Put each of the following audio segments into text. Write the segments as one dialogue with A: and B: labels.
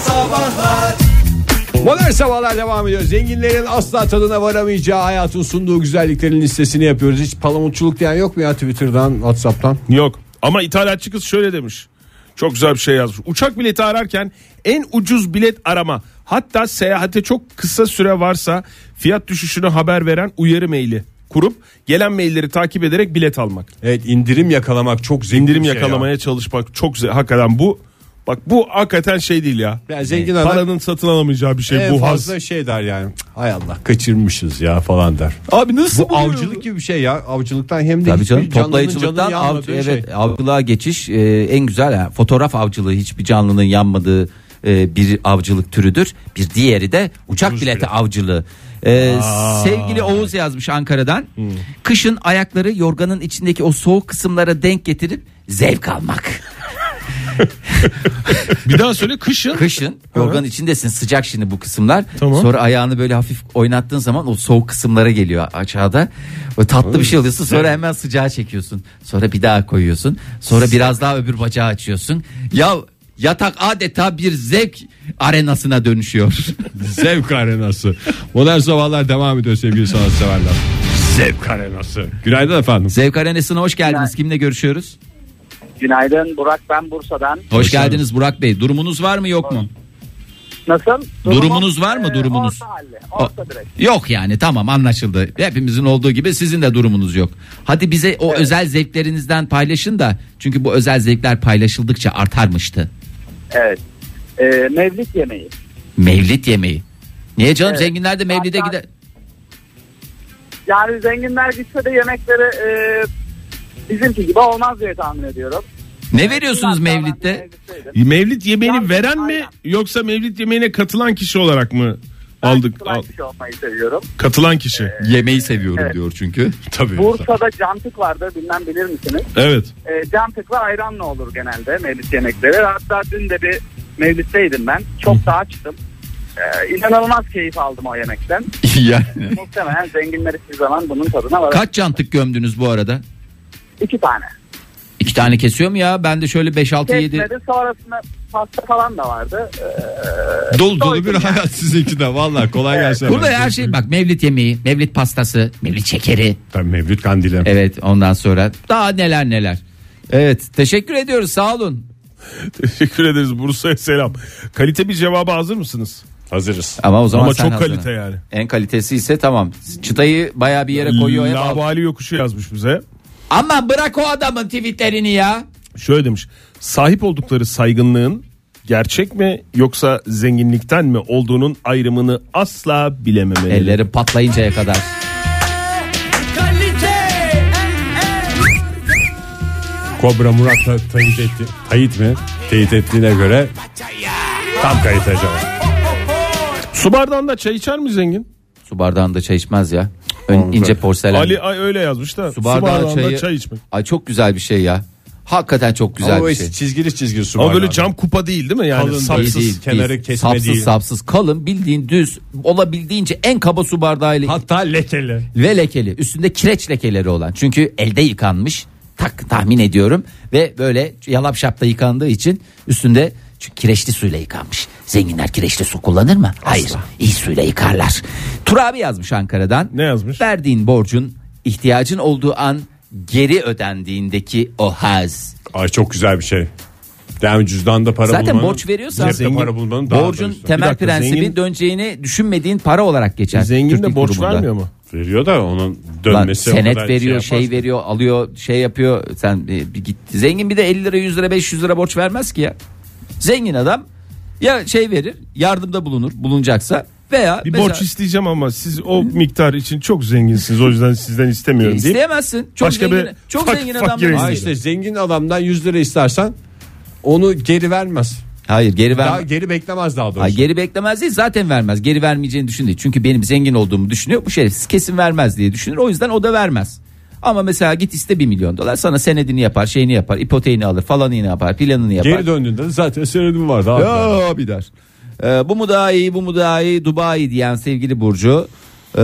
A: Sabahlar
B: Modern sabahlar devam ediyor. Zenginlerin asla tadına varamayacağı hayatın sunduğu güzelliklerin listesini yapıyoruz. Hiç palamutçuluk diyen yok mu ya Twitter'dan, WhatsApp'tan?
C: Yok ama ithalatçı kız şöyle demiş. Çok güzel bir şey yazmış. Uçak bileti ararken en ucuz bilet arama. Hatta seyahate çok kısa süre varsa fiyat düşüşünü haber veren uyarı maili kurup gelen mailleri takip ederek bilet almak.
B: Evet indirim yakalamak çok zengin
C: Indirim
B: bir şey
C: yakalamaya
B: ya.
C: çalışmak çok ze- hakikaten bu bak bu hakikaten şey değil ya.
B: Yani zengin adam
C: Paranın satın alamayacağı bir şey
B: en
C: bu haz.
B: fazla şey der yani. "Cık, Hay Allah kaçırmışız ya falan der.
C: Abi nasıl
B: Bu avcılık gibi bir şey ya. Avcılıktan hem de
D: Tabii
B: hiçbir
D: canım
B: canlının
D: toplayıcılıktan
B: canının
D: av,
B: yanmadığı şey.
D: evet avcılığa geçiş e, en güzel yani fotoğraf avcılığı hiçbir canlının yanmadığı e, bir avcılık türüdür. Bir diğeri de uçak bileti avcılığı. E, sevgili Oğuz yazmış Ankara'dan. Kışın ayakları yorganın içindeki o soğuk kısımlara denk getirip zevk almak.
E: Bir daha söyle kışın.
D: Kışın yorganın içindesin sıcak şimdi bu kısımlar.
C: Tamam.
D: Sonra ayağını böyle hafif oynattığın zaman o soğuk kısımlara geliyor aşağıda. O tatlı bir şey oluyorsun. Sonra hemen sıcağı çekiyorsun. Sonra bir daha koyuyorsun. Sonra biraz daha öbür bacağı açıyorsun. Ya yatak adeta bir zevk arenasına dönüşüyor.
B: Zevk arenası. Modern sabahlar devam ediyor sevgili sanatseverler. Zevk arenası. Günaydın efendim.
D: zevk arenasına hoş geldiniz. Kimle görüşüyoruz?
F: Günaydın Burak ben Bursa'dan.
D: Hoş, geldiniz Burak Bey. Durumunuz var mı yok mu?
F: Nasıl?
D: Durumunuz var mı,
F: Ee,
D: durumunuz?
F: Orta halli. Orta direkt.
D: Yok yani tamam anlaşıldı. Hepimizin olduğu gibi sizin de durumunuz yok. Hadi bize o özel zevklerinizden paylaşın da çünkü bu özel zevkler paylaşıldıkça artarmıştı.
F: Evet. Ee, mevlid yemeği.
D: Mevlid yemeği. Niye canım
F: Evet.
D: zenginler de mevlide
F: Hatta-
D: gider.
F: Yani zenginler gitse de yemekleri e, bizimki gibi olmaz diye tahmin ediyorum.
D: Ne veriyorsunuz
F: Biraz daha ben
D: mevlidde?
F: mevlidseydim.
C: Mevlid yemeğini
F: Yalnız-
C: veren mi
F: Aynen.
C: yoksa mevlid yemeğine katılan kişi olarak mı
F: Ben
C: aldık?
F: kılan
C: al-
F: kişi olmayı seviyorum.
C: katılan kişi.
D: Yemeği seviyorum
F: Evet.
D: diyor çünkü.
C: Tabii.
F: Bursa'da cantık vardır bilmem bilir misiniz?
C: Evet.
F: E, cantıkla ayranla olur genelde mevlid yemekleri. Hatta dün de bir mevlitteydim ben. Çok daha açtım. Ee, inanılmaz keyif aldım o yemekten.
D: yani.
F: Muhtemelen zenginler hiçbir zaman bunun tadına var.
D: Kaç cantık gömdünüz bu arada?
F: İki tane.
D: İki tane kesiyor mu ya? Ben de şöyle 5 6 7
F: Kesmedi sonrasında pasta falan da vardı.
B: Dolu dolu bir hayat sizinki de valla kolay gelsin.
D: Burada
B: efendim.
D: her şey bak mevlid yemeği, mevlid pastası, mevlid şekeri,
B: Ben Mevlüt Kandil'im.
D: Evet ondan sonra daha neler neler. Evet teşekkür ediyoruz sağ olun.
C: Teşekkür ederiz Bursa'ya selam. Kalite bir cevaba hazır mısınız?
B: Hazırız.
D: Ama o zaman
C: Ama
D: sen
C: çok
D: hazırlan.
C: kalite yani.
D: En kalitesi ise tamam. Çıtayı bayağı bir yere koyuyor. hep al-
C: Labali yokuşu yazmış bize.
D: Ama bırak o adamın tweetlerini ya.
C: Şöyle demiş. Sahip oldukları saygınlığın gerçek mi yoksa zenginlikten mi olduğunun ayrımını asla bilememeli.
D: Elleri patlayıncaya kadar.
B: Kobra Murat da tayit etti. Tayit mi? Teyit ettiğine göre tam kayıt acaba.
C: Su bardağında çay içer mi zengin?
D: Su bardağında çay içmez ya. Ön, ince porselen.
C: Ali Ay öyle yazmış da. Su,
D: bardağı
C: bardağında
D: çayı-
C: çay içmek.
D: Ay çok güzel bir şey ya. Hakikaten çok güzel
B: Ama
D: bir
B: o
D: şey.
B: çizgili çizgili su
C: Ama
B: bardağı.
C: böyle cam kupa değil değil mi? Yani
B: Kalın
C: sapsız.
B: değil. kenarı kesme
D: sapsız
B: değil.
D: sapsız kalın bildiğin düz olabildiğince en kaba su bardağıyla
B: Hatta lekeli.
D: ve lekeli üstünde kireç lekeleri olan çünkü elde yıkanmış tak tahmin ediyorum ve böyle yalap şapta yıkandığı için üstünde çünkü kireçli suyla yıkanmış. Zenginler kireçli su kullanır mı? Hayır. iyi suyla yıkarlar. Turabi yazmış Ankara'dan.
C: Ne yazmış?
D: Verdiğin borcun ihtiyacın olduğu an geri ödendiğindeki o haz.
B: Ay çok güzel bir şey. Yani cüzdanda
C: E,
B: para
D: Zaten
B: bulmanın,
D: borç veriyorsan
B: cebde para bulmanın daha da
D: borcun
B: üstü.
D: temel
C: Bir dakika,
D: prensibi
C: zengin-
D: döneceğini düşünmediğin para olarak geçer.
C: Zengin de
D: Türklük
C: borç
D: durumunda.
C: vermiyor mu?
B: veriyor da onun
D: Lan
B: dönmesi o
D: senet
B: kadar
D: veriyor şey,
B: yapmaz.
D: veriyor alıyor şey yapıyor sen e, bir git zengin bir de 50 lira 100 lira 500 lira borç vermez ki ya zengin adam ya şey verir yardımda bulunur bulunacaksa veya
C: Bir
D: mesela-
C: borç isteyeceğim ama siz o miktar için çok zenginsiniz. O yüzden sizden istemiyorum diye.
D: isteyemezsin çok
C: Başka
D: zengin
C: bir
D: çok
C: fak-
D: zengin
C: fakir
D: adamlar
B: Ha
C: izleyelim.
B: işte zengin adamdan 100 lira istersen onu geri vermez.
D: hayır geri
B: Daha şey.
D: ver
B: geri beklemez daha doğrusu.
D: Hayır, geri beklemez değil zaten vermez geri vermeyeceğini düşündü çünkü benim zengin olduğumu düşünüyor bu şerefsiz kesin vermez diye düşünür o yüzden o da vermez ama mesela git iste 1 milyon dolar sana senedini yapar şeyini yapar ipoteğini alır falanını yapar planını yapar
B: Geri döndüğünde de zaten senedim vardı. abi.
D: Ya bir der. Ee, bu mu daha iyi bu mu daha iyi Dubai diyen sevgili Burcu. Ee,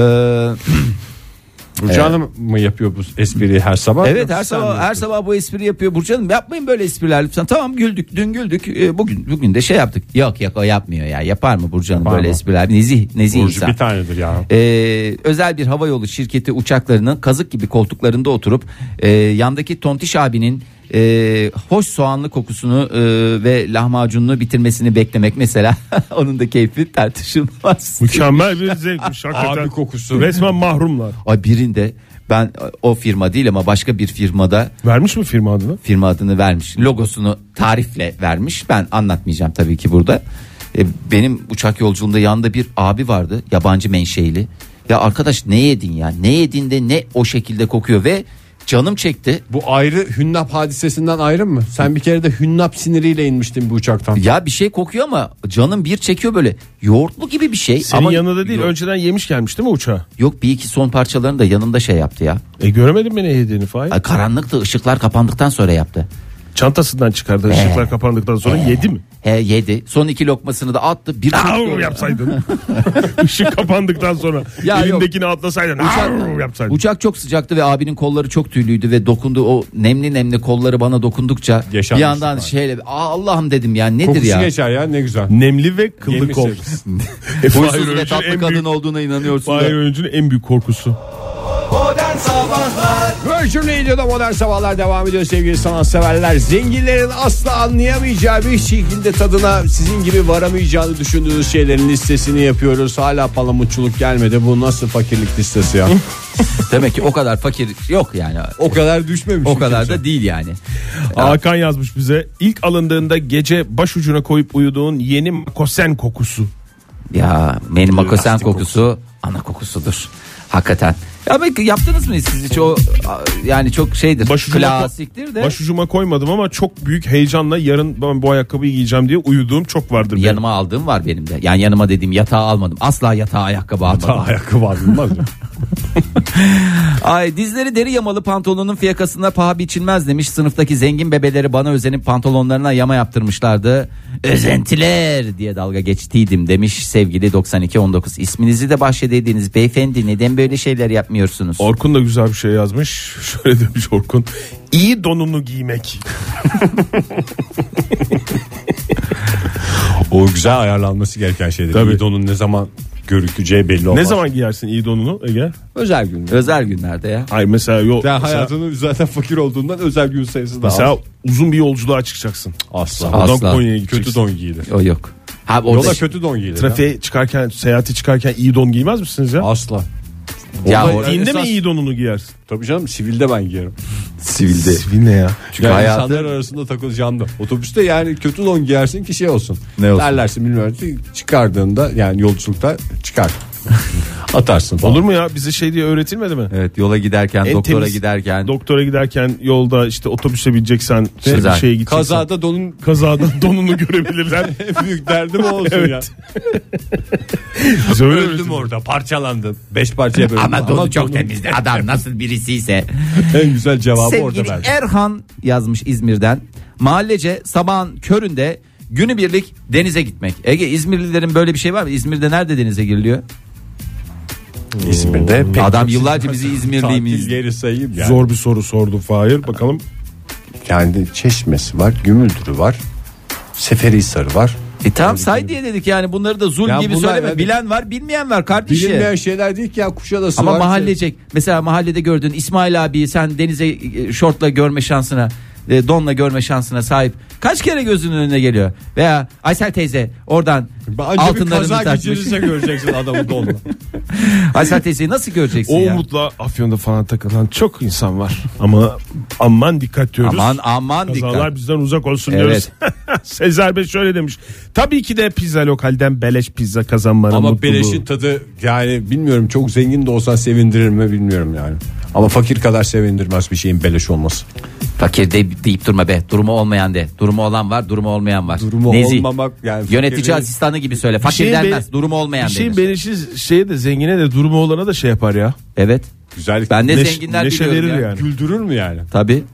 E: Burcu Hanım mı yapıyor bu espriyi her sabah?
D: Evet
E: Yoksa
D: her
E: sen mi
D: sabah her
E: yapıyorsun?
D: sabah bu espri yapıyor Burcu Hanım. Yapmayın böyle espriler lütfen. Tamam güldük. Dün güldük. e, Bugün bugün de şey yaptık. Yok yok o yapmıyor ya. Yapar mı Burcu Hanım
E: Yapar
D: böyle
E: mı?
D: espriler? Nezih nezih
E: Burcu
D: insan.
E: bir tanedir ya.
D: Ee, özel bir havayolu şirketi uçaklarının kazık gibi koltuklarında oturup e, yandaki tontiş abinin e, hoş soğanlı kokusunu e, ve lahmacununu bitirmesini beklemek mesela onun da keyfi tartışılmaz.
C: Mükemmel bir zevkmiş hakikaten.
E: Abi kokusu.
C: Resmen mahrumlar.
D: Ay birinde ben e, o firma değil ama başka bir firmada
C: Vermiş mi firma adını?
D: firma adını vermiş. Logosunu tarifle vermiş. Ben anlatmayacağım tabii ki burada. E, benim uçak yolculuğumda yanında bir abi vardı. Yabancı menşeili. Ya arkadaş ne yedin ya? Ne yedin de ne o şekilde kokuyor ve canım çekti.
E: Bu ayrı hünnap hadisesinden ayrı mı? Sen bir kere de hünnap siniriyle inmiştin bu uçaktan.
D: Ya bir şey kokuyor ama canım bir çekiyor böyle. Yoğurtlu gibi bir şey.
C: Senin
D: ama
C: yanında değil
D: Yok,
C: önceden yemiş gelmiş değil mi uçağa?
D: yok bir iki son parçalarını da yanımda şey yaptı ya.
C: E göremedim beni yediğini Fahir.
D: Ay, Karanlıktı ışıklar kapandıktan sonra yaptı.
C: Çantasından çıkardı
D: Eh.
C: ışıklar kapandıktan sonra yedi mi?
D: He yedi. Son iki lokmasını da attı. Bir
C: Au yapsaydın. Işık kapandıktan sonra
D: Ya yok.
C: elindekini atlasaydın. Au yapsaydın.
D: Uçak çok sıcaktı ve abinin kolları çok tüylüydü ve dokundu o nemli nemli kolları bana dokundukça bir
E: Yaşanmışlık
D: yandan
E: var.
D: şeyle "Aa, Allah'ım dedim ya nedir
E: Kokusu
D: ya?
E: geçer ya ne güzel.
C: Nemli ve kıllı
E: Yemiş
C: kol.
E: yeriz.
C: E, Fahir
D: Huysuz ve
C: Öğüncü'nün
D: tatlı
C: en
D: kadın
C: büyük-
D: olduğuna inanıyorsun
C: Fahir
D: da.
C: Öğüncü'nün en büyük korkusu.
E: Virgin Radio'da modern sabahlar devam ediyor sevgili sanatseverler. Zenginlerin asla anlayamayacağı bir şekilde tadına sizin gibi varamayacağını düşündüğünüz şeylerin listesini yapıyoruz. Hala palamutçuluk gelmedi. Bu nasıl fakirlik listesi ya?
D: Demek ki o kadar fakir yok yani.
E: o kadar düşmemiş.
D: O kadar da değil yani.
C: Hakan yazmış bize. İlk alındığında gece başucuna koyup uyuduğun yeni makosen kokusu.
D: Ya benim makosen kokusu ana kokusudur. Hakikaten. Ya belki yaptınız mı siz hiç o a- yani çok şeydir.
C: Başucuma,
D: klasiktir de.
C: başucuma koymadım ama çok büyük heyecanla yarın ben bu ayakkabıyı giyeceğim diye uyuduğum çok vardır. benim.
D: Yanıma aldığım var benim de. Yani yanıma dediğim yatağı almadım. Asla yatağa ayakkabı almadım.
E: ayakkabı alınmaz mı?
D: Ay dizleri deri yamalı pantolonun fiyakasına paha biçilmez demiş. Sınıftaki zengin bebeleri bana özenip pantolonlarına yama yaptırmışlardı. Özentiler diye dalga geçtiydim demiş sevgili 9219. İsminizi de bahşedediğiniz beyefendi neden böyle şeyler yapmıyorsunuz?
C: Orkun da güzel bir şey yazmış. Şöyle demiş Orkun. İyi donunu giymek.
E: o güzel ayarlanması gereken şeydir.
C: Tabii.
E: Tabii. donun ne zaman görükeceği belli olmaz.
C: Ne zaman giyersin iyi donunu Ege?
E: Özel gün.
D: Özel günlerde ya.
C: Hayır mesela yol.
E: Ya
C: mesela-
E: hayatının zaten fakir olduğundan özel gün sayısı daha
C: Mesela
E: az.
C: uzun bir yolculuğa çıkacaksın.
E: Asla.
D: Asla.
C: Buradan Konya'ya gideceksin.
E: Kötü don giyilir.
D: O yok. Ha orada
E: Yola kötü don giyilir. ya.
C: Trafiğe çıkarken, seyahate çıkarken iyi don giymez misiniz ya?
E: Asla.
D: ya
E: Olay-
D: orada-
C: İğnede
E: esas-
C: mi iyi donunu giyersin?
E: Tabii canım sivilde ben giyerim.
D: sivilde.
C: Sivil ne ya?
D: Çünkü
E: yani
D: hayatı-
E: insanlar arasında takılacağım da. Otobüste yani kötü don giyersin ki şey olsun.
D: Ne olsun?
E: Derlersin bilmiyorum. Çıkardığında yani yolculukta çıkar. Atarsın falan.
C: Olur mu ya? Bize şey diye öğretilmedi mi?
D: Evet yola giderken
C: En
D: doktora
C: temiz-
D: giderken
C: Doktora giderken yolda işte otobüse bineceksen, şey,
D: Güzel.
C: şeye gideceksen.
E: Kazada donun
C: Kazadan donunu görebilirler.
E: en büyük derdim o olsun ya.
C: Evet. Bize öyle
E: Öldüm orada parçalandım. Beş parçaya böldüm.
D: ama donu çok
E: donun
D: temizdi adam nasıl birisiyse.
E: En güzel cevabı orada
D: Sevgili
E: verdim.
D: Erhan yazmış İzmir'den. Mahallece sabahın köründe günübirlik denize gitmek. Ege İzmirlilerin böyle bir şey var mı? İzmir'de nerede denize giriliyor?
E: İzmir'de pek
D: Adam
E: çok
D: yıllarca bizi İzmirli miyiz?
E: tatil yeri sayayım yani.
C: Zor bir soru sordu Fahir. Bakalım
E: Yani çeşmesi var, gümüldürü var, Seferihisarı var.
D: E tamam say diye dedik yani bunları da zul
E: Ya
D: gibi
E: bunlar
D: söyleme.
E: yani-
D: Bilen var bilmeyen var kardeşim.
E: Bilinmeyen şeyler değil ki ya Kuşadası
D: Ama
E: var.
D: mahallecek. Mesela mahallede gördüğün İsmail abiyi sen denize e, şortla görme şansına e, donla görme şansına sahip kaç kere gözünün önüne geliyor veya Aysel teyze oradan
E: Anca bir
D: altınlarını
E: kaza
D: takmış.
E: geçirirse göreceksin adamı donla.
D: Aysel teyzeyi nasıl göreceksin
C: o
D: ya?
C: umutla Afyon'da falan takılan çok insan var. Ama aman dikkat diyoruz.
D: Aman aman
C: Kazalar
D: dikkat.
C: bizden uzak olsun
D: Evet.
C: diyoruz. Sezer Bey şöyle demiş. Tabii ki de pizza lokalden beleş pizza kazanmanın
E: Ama
C: mutluluğu.
E: beleşin tadı yani bilmiyorum çok zengin de olsan sevindirir mi bilmiyorum yani. Ama fakir kadar sevindirmez bir şeyin beleş olması.
D: Fakir de, deyip durma be. Durumu olmayan de. Durumu olan var, durumu olmayan var.
E: Durumu
D: Nezih.
E: olmamak yani
D: Yönetici
E: fakirin-
D: asistanı gibi söyle.
C: Bir
D: Fakir
C: şeyin
D: denmez,
C: be-
D: durumu olmayan
C: Bir şeyin
D: denir.
C: beleşi şeye de zengine de durumu olana da şey yapar ya.
D: evet.
E: Güzellik.
D: Ben de
C: Neş-
D: zenginler
C: neşe
D: biliyorum
C: verir
D: ya.
C: yani.
E: Güldürür mü yani?
D: Tabii.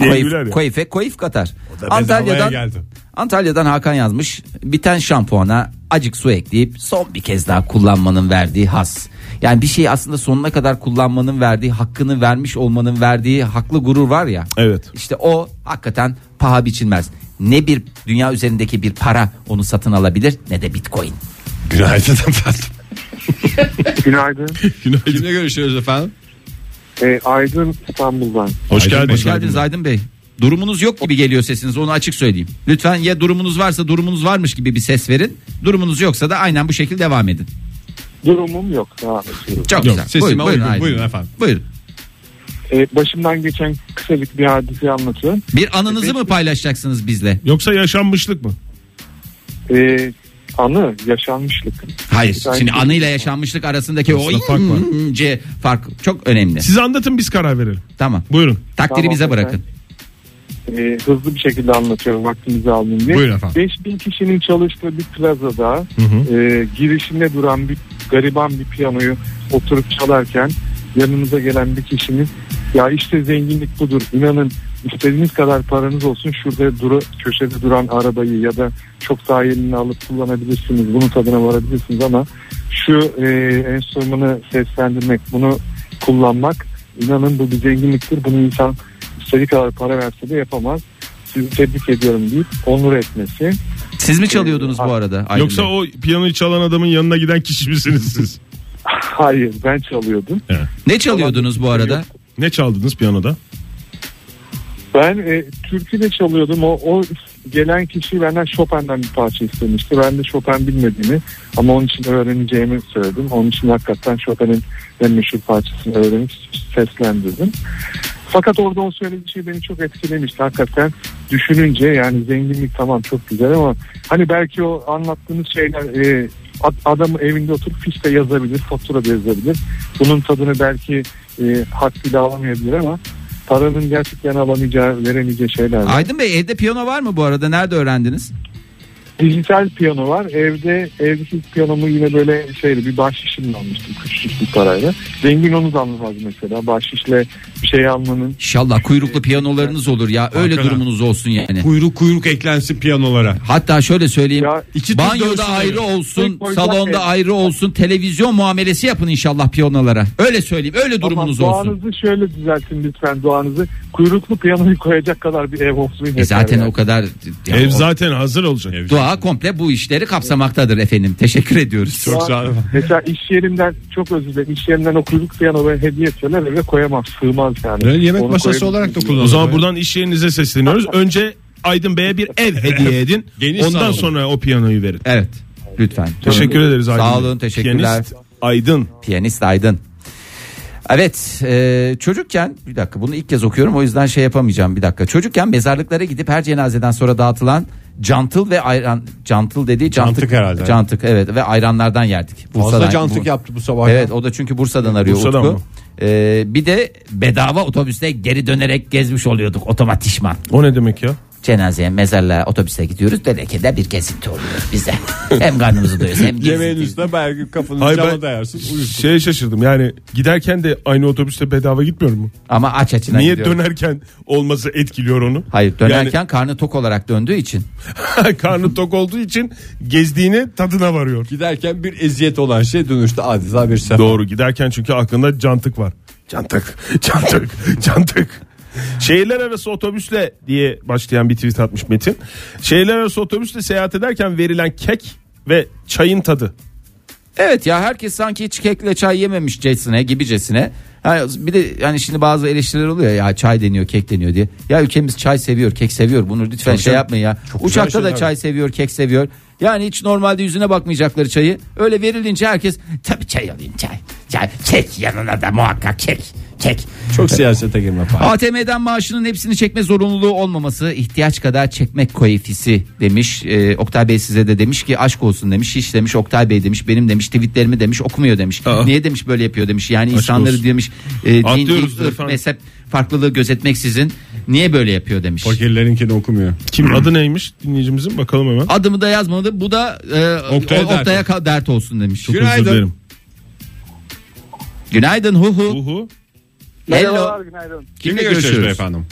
C: diye
D: Koyif,
C: güler ya.
D: koyife koyif katar.
B: bedavaya
D: Antalya'dan
B: geldi.
D: Antalya'dan Hakan yazmış. Biten şampuana acık su ekleyip son bir kez daha kullanmanın verdiği has. Yani bir şeyi aslında sonuna kadar kullanmanın verdiği, hakkını vermiş olmanın verdiği haklı gurur var ya.
C: Evet.
D: İşte o hakikaten paha biçilmez. Ne bir dünya üzerindeki bir para onu satın alabilir ne de bitcoin.
B: Günaydın efendim.
A: Günaydın.
B: Kimle görüşüyoruz efendim?
A: Ee, Aydın İstanbul'dan.
C: Hoş geldin.
D: Hoş geldiniz Aydın Bey. Durumunuz yok gibi geliyor sesiniz onu açık söyleyeyim. Lütfen ya durumunuz varsa durumunuz varmış gibi bir ses verin. Durumunuz yoksa da aynen bu şekilde devam edin.
A: Durumum yok. Devam ediyorum.
B: Yok,
D: Çok güzel.
B: sesime
D: buyurun, buyurun,
B: uygun.
D: Aydın.
B: Buyurun efendim.
D: Buyurun.
A: Ee, başımdan geçen kısacık bir hadiseyi anlatıyorum.
D: Bir anınızı mı paylaşacaksınız bizle?
C: Yoksa yaşanmışlık mı?
A: Ee, anı yaşanmışlık.
D: Hayır.
A: Ben-
D: Şimdi anıyla yaşanmışlık arasındaki o
C: Arasında fark var.
D: ince fark çok önemli.
C: Siz anlatın biz karar verelim.
D: Tamam.
C: Buyurun.
D: Takdiri
A: Tamam,
D: bize
A: efendim.
D: bırakın.
A: Ee, hızlı bir şekilde anlatıyorum vaktinizi almayayım diye.
B: Buyurun efendim.
A: 5000 kişinin çalıştığı bir plazada
C: hı.
A: e, girişinde duran bir gariban bir piyanoyu oturup çalarken yanımıza gelen bir kişinin ya işte zenginlik budur inanın istediğiniz kadar paranız olsun şurada duru, köşede duran arabayı ya da çok daha yenini alıp kullanabilirsiniz bunun tadına varabilirsiniz ama şu e, enstrümanı seslendirmek bunu kullanmak inanın bu bir zenginliktir bunu insan istediği kadar para verse de yapamaz sizi tebrik ediyorum deyip onur etmesi
D: Siz mi çalıyordunuz bu
A: Ee,
D: arada? Aydın
C: Yoksa
D: Bey?
C: o piyanoyu çalan adamın yanına giden kişi misiniz siz?
A: Hayır ben çalıyordum.
D: ne çalıyordunuz bu arada?
C: Ne çaldınız piyanoda?
A: Ben e, türkü de çalıyordum. O, o gelen kişi benden Chopin'den bir parça istemişti. Ben de Chopin bilmediğimi ama onun için öğreneceğimi söyledim. Onun için hakikaten Chopin'in en meşhur parçasını öğrenip seslendirdim. Fakat orada o söylediği şey beni çok etkilemişti. Hakikaten düşününce yani zenginlik tamam çok güzel ama hani belki o anlattığınız şeyler e, ad- adam evinde oturup fiş de yazabilir, fatura da yazabilir. Bunun tadını belki e, hakkıyla alamayabilir ama paranın gerçekten alamayacağı, veremeyeceği şeyler var.
D: Aydın Bey evde piyano var mı bu arada? Nerede öğrendiniz?
A: Dijital piyano var. Evde evdeki piyanomu yine böyle şeyle bir bahşişimle almıştım. Küçücük bir parayla. Zengin onu da anlamaz mesela. Bahşişle bir şey almanın.
D: İnşallah kuyruklu piyanolarınız olur ya. Öyle
B: Hakikaten.
D: durumunuz olsun yani.
B: Kuyruk kuyruk eklensin piyanolara.
D: Hatta şöyle söyleyeyim.
A: Ya
B: iki tür dövsün
D: banyoda ayrı
B: yani.
D: olsun,
A: Tek boyutlu
D: salonda
A: değil.
D: ayrı olsun, televizyon muamelesi yapın inşallah piyanolara. Öyle söyleyeyim. Öyle durumunuz
A: Ama
D: olsun.
A: Doğanızı şöyle düzeltin lütfen doğanızı. Kuyruklu piyanoyu koyacak kadar bir ev olsun.
D: E
A: yeter
D: zaten
A: yani.
D: o kadar ya
C: Ev
D: o-
C: zaten hazır olacak. Ev.
D: dua komple bu işleri kapsamaktadır efendim. Teşekkür ediyoruz.
B: Çok sağ olun.
A: Mesela iş yerimden çok özür dilerim. İş yerimden o kuyruklu piyano ben hediye ediyorlar eve koyamam. Sığmaz yani.
B: Böyle yemek
A: Onu
B: masası
A: koyabilirsiniz.
B: olarak da
C: O
B: kullanılıyor.
C: zaman buradan iş yerinize sesleniyoruz. Önce Aydın Bey'e bir ev hediye edin.
B: Geniş sağ
C: Ondan
B: olun.
C: sonra o piyanoyu verin.
D: Evet. Lütfen.
C: Teşekkür ederiz Aydın.
D: Sağ
C: Bey.
D: olun, teşekkürler.
C: Piyanist Aydın.
D: Piyanist Aydın. Evet e, çocukken bir dakika bunu ilk kez okuyorum o yüzden şey yapamayacağım bir dakika. Çocukken mezarlıklara gidip her cenazeden sonra dağıtılan cantıl ve ayran cantıl dediği cantık,
B: Cantık herhalde.
D: Cantık evet ve ayranlardan yerdik.
B: Fazla
D: Bursa'dan-
B: cantık
D: Bu-
B: yaptı bu sabah.
D: Evet o da çünkü Bursa'dan arıyor
C: Bursa'dan
D: Utku.
C: mı?
D: E, bir de bedava otobüste geri dönerek gezmiş oluyorduk otomatikman.
C: O ne demek ya?
D: Cenazeye mezarlığa otobüse gidiyoruz. Dedeke'de bir gezinti oluyor bize. hem karnımızı doyuyoruz hem
B: Yemeğin
D: gezinti.
B: üstüne belki kafanı
C: Hayır,
B: cama
C: ben-
B: dayarsın. uyursun.
C: Şeye şaşırdım yani giderken de aynı otobüste bedava gitmiyor mu?
D: Ama aç açına
C: Niye
D: gidiyoruz.
C: dönerken olması etkiliyor onu?
D: Hayır dönerken karnı tok olarak döndüğü için.
C: Yani, karnı tok olduğu için gezdiğini tadına varıyor.
B: Giderken bir eziyet olan şey dönüşte adeta bir sefer.
C: Doğru giderken çünkü aklında cantık var. Cantık, cantık, cantık. Şehirler arası otobüsle diye başlayan bir tweet atmış Metin. Şehirler arası otobüsle seyahat ederken verilen kek ve çayın tadı.
D: Evet ya herkes sanki hiç kekle çay yememiş cesine gibicesine. Yani bir de yani şimdi bazı eleştiriler oluyor ya çay deniyor kek deniyor diye. Ya ülkemiz çay seviyor kek seviyor bunu lütfen şey
B: canım,
D: yapmayın ya.
B: güzel
D: Uçakta da
B: şeyler.
D: çay seviyor kek seviyor. Yani hiç normalde yüzüne bakmayacakları çayı öyle verilince herkes tabii çay alayım çay. Çay kek yanına da muhakkak kek kek.
B: Çok siyasete girme falan.
D: ATM'den maaşının hepsini çekme zorunluluğu olmaması ihtiyaç kadar çekmek koefisi demiş. Ee, Oktay Bey size de demiş ki aşk olsun demiş. Hiç demiş Oktay Bey demiş benim demiş tweetlerimi demiş okumuyor demiş.
C: Aa.
D: Niye demiş böyle yapıyor demiş. Yani insanları
C: olsun.
D: demiş e, din,
C: Atlıyoruz
D: din, ırk,
C: efendim.
D: mezhep farklılığı gözetmeksizin niye böyle yapıyor demiş.
B: Fakirlerinkini okumuyor.
C: Kim adı neymiş dinleyicimizin bakalım hemen.
D: Adımı da yazmadı bu da e,
B: Oktay'a
D: Oktay'a,
B: dert
D: dert, dert olsun demiş.
B: Çok
C: Özür
B: Günaydın.
C: dilerim.
D: Günaydın hu hu.
C: Uhu.
D: Hello.
F: Merhabalar günaydın.
B: Kimle görüşüyoruz efendim?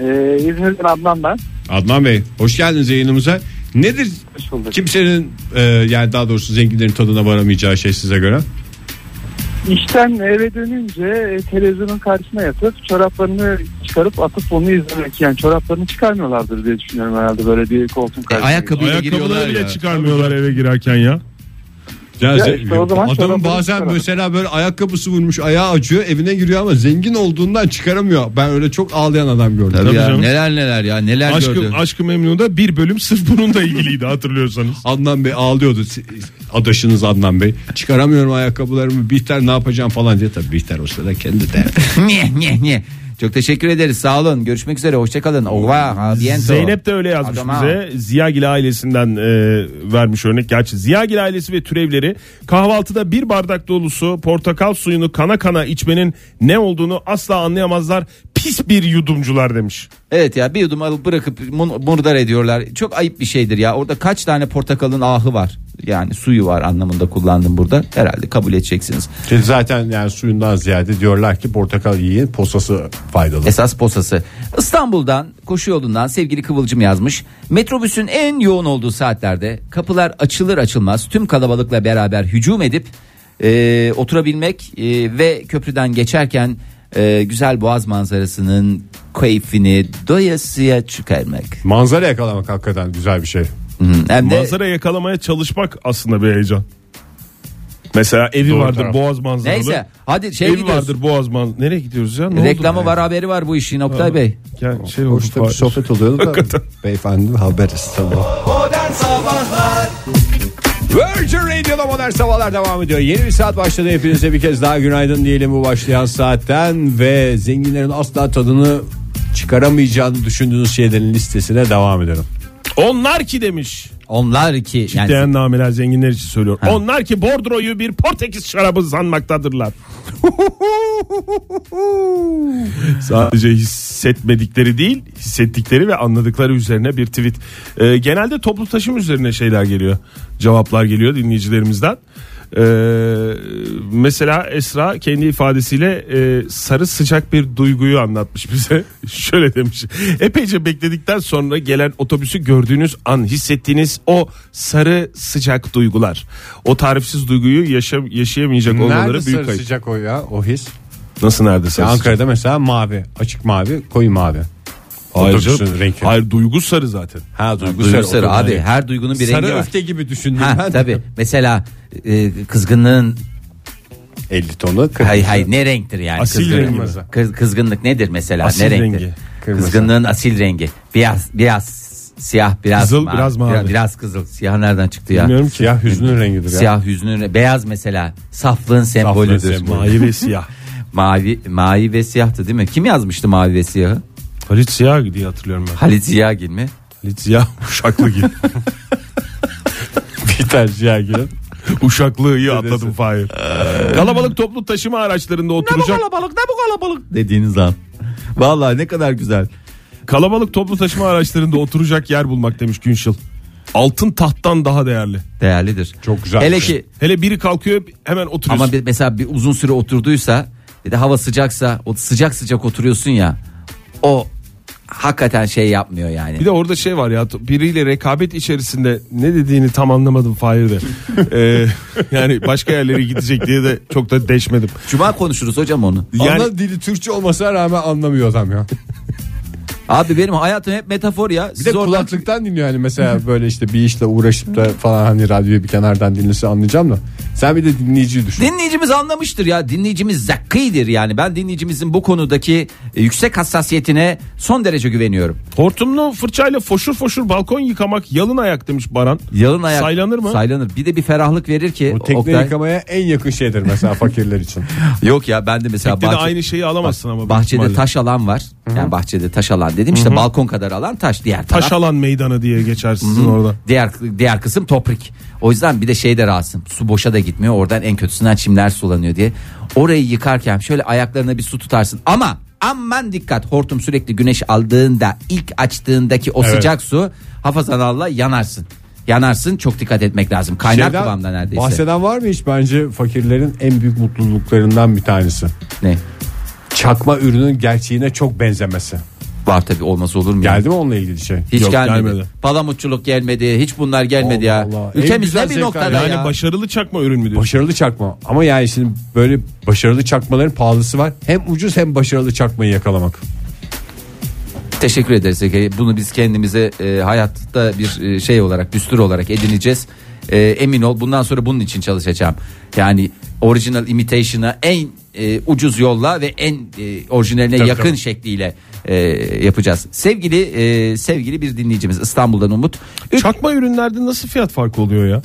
A: Ee, İzmir'den Adnan ben.
E: Adnan Bey hoş geldiniz yayınımıza. Nedir
A: Hoş bulduk.
E: kimsenin e, yani daha doğrusu zenginlerin tadına varamayacağı şey size göre?
A: İşten eve dönünce e, televizyonun karşısına yatıp çoraplarını çıkarıp atıp onu izlemek. Yani çoraplarını çıkarmıyorlardır diye düşünüyorum herhalde böyle bir koltuğun
D: E,
A: karşısına.
D: ayakkabıyla giriyorlar
C: Ayakkabıları bile
D: ya.
C: çıkarmıyorlar eve girerken ya.
E: Ya
A: Ya
E: ze-
A: işte E, o zaman
E: adamın
A: çorabını
E: bazen
A: çıkaralım.
E: mesela böyle ayakkabısı vurmuş ayağı acıyor evine giriyor ama zengin olduğundan çıkaramıyor. Ben öyle çok ağlayan adam gördüm.
D: Tabii
C: Tabii
D: ya,
C: canım.
D: neler neler ya neler gördü.
C: Aşkı, aşkı Memnun'da bir bölüm sırf bununla ilgiliydi hatırlıyorsanız.
E: Adnan Bey ağlıyordu. Si- Adaşınız Adnan Bey. Çıkaramıyorum ayakkabılarımı. Bihter ne yapacağım falan diye. Tabii Bihter o sırada kendi de.
D: Niye niye niye. Çok teşekkür ederiz sağ olun görüşmek üzere hoşçakalın. Ova,
C: Zeynep de öyle yazmış
D: Adama.
C: bize. Ziyagil ailesinden e, vermiş örnek. Gerçi Ziyagil ailesi ve türevleri kahvaltıda bir bardak dolusu portakal suyunu kana kana içmenin ne olduğunu asla anlayamazlar. Pis bir yudumcular demiş.
D: Evet ya bir yudum alıp bırakıp mun- murdar ediyorlar. Çok ayıp bir şeydir ya. Orada kaç tane portakalın ahı var. Yani suyu var anlamında kullandım burada. Herhalde kabul edeceksiniz.
E: Zaten yani suyundan ziyade diyorlar ki portakal yiyin posası faydalı.
D: Esas posası. İstanbul'dan koşu yolundan sevgili Kıvılcım yazmış. Metrobüsün en yoğun olduğu saatlerde kapılar açılır açılmaz tüm kalabalıkla beraber hücum edip e, oturabilmek e, ve köprüden geçerken e, güzel boğaz manzarasının keyfini doyasıya çıkarmak.
E: Manzara yakalamak hakikaten güzel bir şey.
D: Hı, Hem de
C: Manzara yakalamaya çalışmak aslında bir heyecan. Mesela evi
E: Doğru
C: vardır
E: taraf.
C: boğaz manzaralı.
D: neyse hadi şey
C: evi
D: gidiyoruz.
C: vardır boğaz manzaralı. Nereye gidiyoruz ya? Ne oldu?
D: Reklamı var haberi var bu işin Oktay Bey.
C: Yani şey oldu, Fahir.
E: oluyordu da beyefendi haber istedim. Virgin Radio'da modern sabahlar devam ediyor. Yeni bir saat başladı. Hepinize bir kez daha günaydın diyelim bu başlayan saatten. Ve zenginlerin asla tadını çıkaramayacağını düşündüğünüz şeylerin listesine devam edelim.
C: Onlar ki demiş.
D: Onlar ki yani
C: Diyen nameler zenginler için söylüyor. Onlar ki bordroyu bir Portekiz şarabı sanmaktadırlar. Sadece hissetmedikleri değil, hissettikleri ve anladıkları üzerine bir tweet. Ee, genelde toplu taşım üzerine şeyler geliyor. Cevaplar geliyor dinleyicilerimizden. Ee, mesela Esra kendi ifadesiyle e, sarı sıcak bir duyguyu anlatmış bize. Şöyle demiş. Epeyce bekledikten sonra gelen otobüsü gördüğünüz an hissettiğiniz o sarı sıcak duygular. O tarifsiz duyguyu yaşa- yaşayamayacak olmaları büyük kayıp.
E: o ya o his?
C: Nasıl nerede sarı sıcak?
E: Ankara'da mesela mavi açık mavi koyu mavi.
C: Hayır,
E: Otobüsün
C: canım.
E: rengi.
C: Hayır duygu sarı zaten.
E: Ha duygu
D: duygu
E: sarı,
D: sarı
E: otobüsün
D: abi
E: rengi.
D: her duygunun bir
E: Sarı
D: rengi var.
E: öfke gibi düşündüm
D: Ha
E: ben.
D: tabii. Mesela e, kızgınlığın
E: 50 tonu. kırk-
D: hay hay ne renktir yani?
C: Asil rengi
D: kızgınlık,
C: mesela.
D: Kız- kızgınlık nedir mesela?
C: Asil
D: ne renktir?
C: rengi.
E: Kırmızı.
D: Kızgınlığın asil rengi. Beyaz beyaz siyah biraz
C: Kızıl, biraz mavi.
D: Biraz, biraz kızıl. Siyah nereden çıktı ya?
C: Bilmiyorum ki.
E: Siyah hüznün rengidir ya.
D: Siyah hüznün re- beyaz mesela saflığın sembolüdür. mavi.
C: Mavi ve siyah.
D: mavi ve siyahtı değil mi? Kim yazmıştı mavi ve siyahı?
C: Halit Siyah diye hatırlıyorum ben.
D: Halit Ziyagil mi?
C: Halit Siyah Uşaklı gibi.
E: Bir tane siyah girip.
C: Uşaklıyı atladım Fahir. Kalabalık toplu taşıma araçlarında oturacak.
D: kalabalık ne bu kalabalık dediğiniz an. Vallahi ne kadar güzel.
C: Kalabalık toplu taşıma araçlarında oturacak yer bulmak demiş Günşil. Altın tahttan daha değerli.
D: Değerlidir.
E: Çok güzel
D: Hele
E: bir şey.
D: ki
C: Hele biri kalkıyor hemen oturuyorsun.
D: ama bir, mesela bir uzun süre oturduysa bir de hava sıcaksa o sıcak sıcak oturuyorsun ya o hakikaten şey yapmıyor yani.
C: Bir de orada şey var ya biriyle rekabet içerisinde ne dediğini tam anlamadım Fahir de. Ee, yani başka yerlere gidecek diye de çok da deşmedim.
D: Cuma konuşuruz hocam onu.
C: Yani-
E: Ana dili Türkçe olmasına rağmen anlamıyor adam ya.
D: Abi benim hayatım hep metafor ya.
E: Bir de
D: Siz oradan-
E: kulaklıktan dinliyor yani mesela böyle işte bir işle uğraşıp da falan hani radyoyu bir kenardan dinlese anlayacağım da. Sen bir de dinleyiciyi düşün.
D: Dinleyicimiz anlamıştır ya dinleyicimiz zakkidir yani ben dinleyicimizin bu konudaki e, yüksek hassasiyetine son derece güveniyorum.
C: Hortumlu fırçayla foşur foşur balkon yıkamak yalın ayak demiş Baran.
D: Yalın ayak
C: Saylanır mı?
D: Saylanır bir de bir ferahlık verir ki.
E: Bu tekne
D: Oktay-
E: yıkamaya en yakın şeydir mesela fakirler için.
D: Yok ya ben de mesela
C: Teknede
D: bahçe-
C: aynı şeyi alamazsın ama. büyük
D: bahçede
C: ihtimalle.
D: taş alan var. Yani bahçede taş alan dedim işte balkon kadar alan taş diğer taraf.
C: Taş alan meydanı diye geçer sizin orada.
D: Diğer diğer kısım toprik. O yüzden bir de şey de rahatsın. Su boşa da gitmiyor. Oradan en kötüsünden çimler sulanıyor diye. Orayı yıkarken şöyle ayaklarına bir su tutarsın. Ama aman dikkat hortum sürekli güneş aldığında ilk açtığındaki o sıcak su hafazan Allah yanarsın. Yanarsın çok dikkat etmek lazım. Kaynar
E: Şeyden
D: kıvamda neredeyse.
E: Bahseden var mı hiç bence fakirlerin en büyük mutluluklarından bir tanesi.
D: Ne?
E: Çakma ürünün gerçeğine çok benzemesi.
D: Var tabii olmaz olur mu? ya?
B: Geldi mi onunla ilgili şey?
D: Hiç
C: Yok,
D: gelmedi.
C: gelmedi.
D: Palamutçuluk gelmedi. Hiç bunlar gelmedi
B: Allah
D: ya.
B: Allah. En güzel
D: Ülkemizde bir
B: zevkler
D: noktada
C: Yani
D: ya.
C: başarılı çakma ürün mü diyorsun?
B: Başarılı çakma. Ama yani şimdi böyle başarılı çakmaların pahalısı var. Hem ucuz hem başarılı çakmayı yakalamak.
D: Teşekkür ederiz Ege. Bunu biz kendimize e, hayatta bir e, şey olarak, düstur olarak edineceğiz. E, emin ol bundan sonra bunun için çalışacağım. Yani original imitation'a en e, ucuz yolla ve en e, orijinaline yakın şekliyle e, yapacağız. Sevgili e, sevgili bir dinleyicimiz İstanbul'dan Umut. Üç-
C: Çakma ürünlerde nasıl fiyat farkı oluyor ya?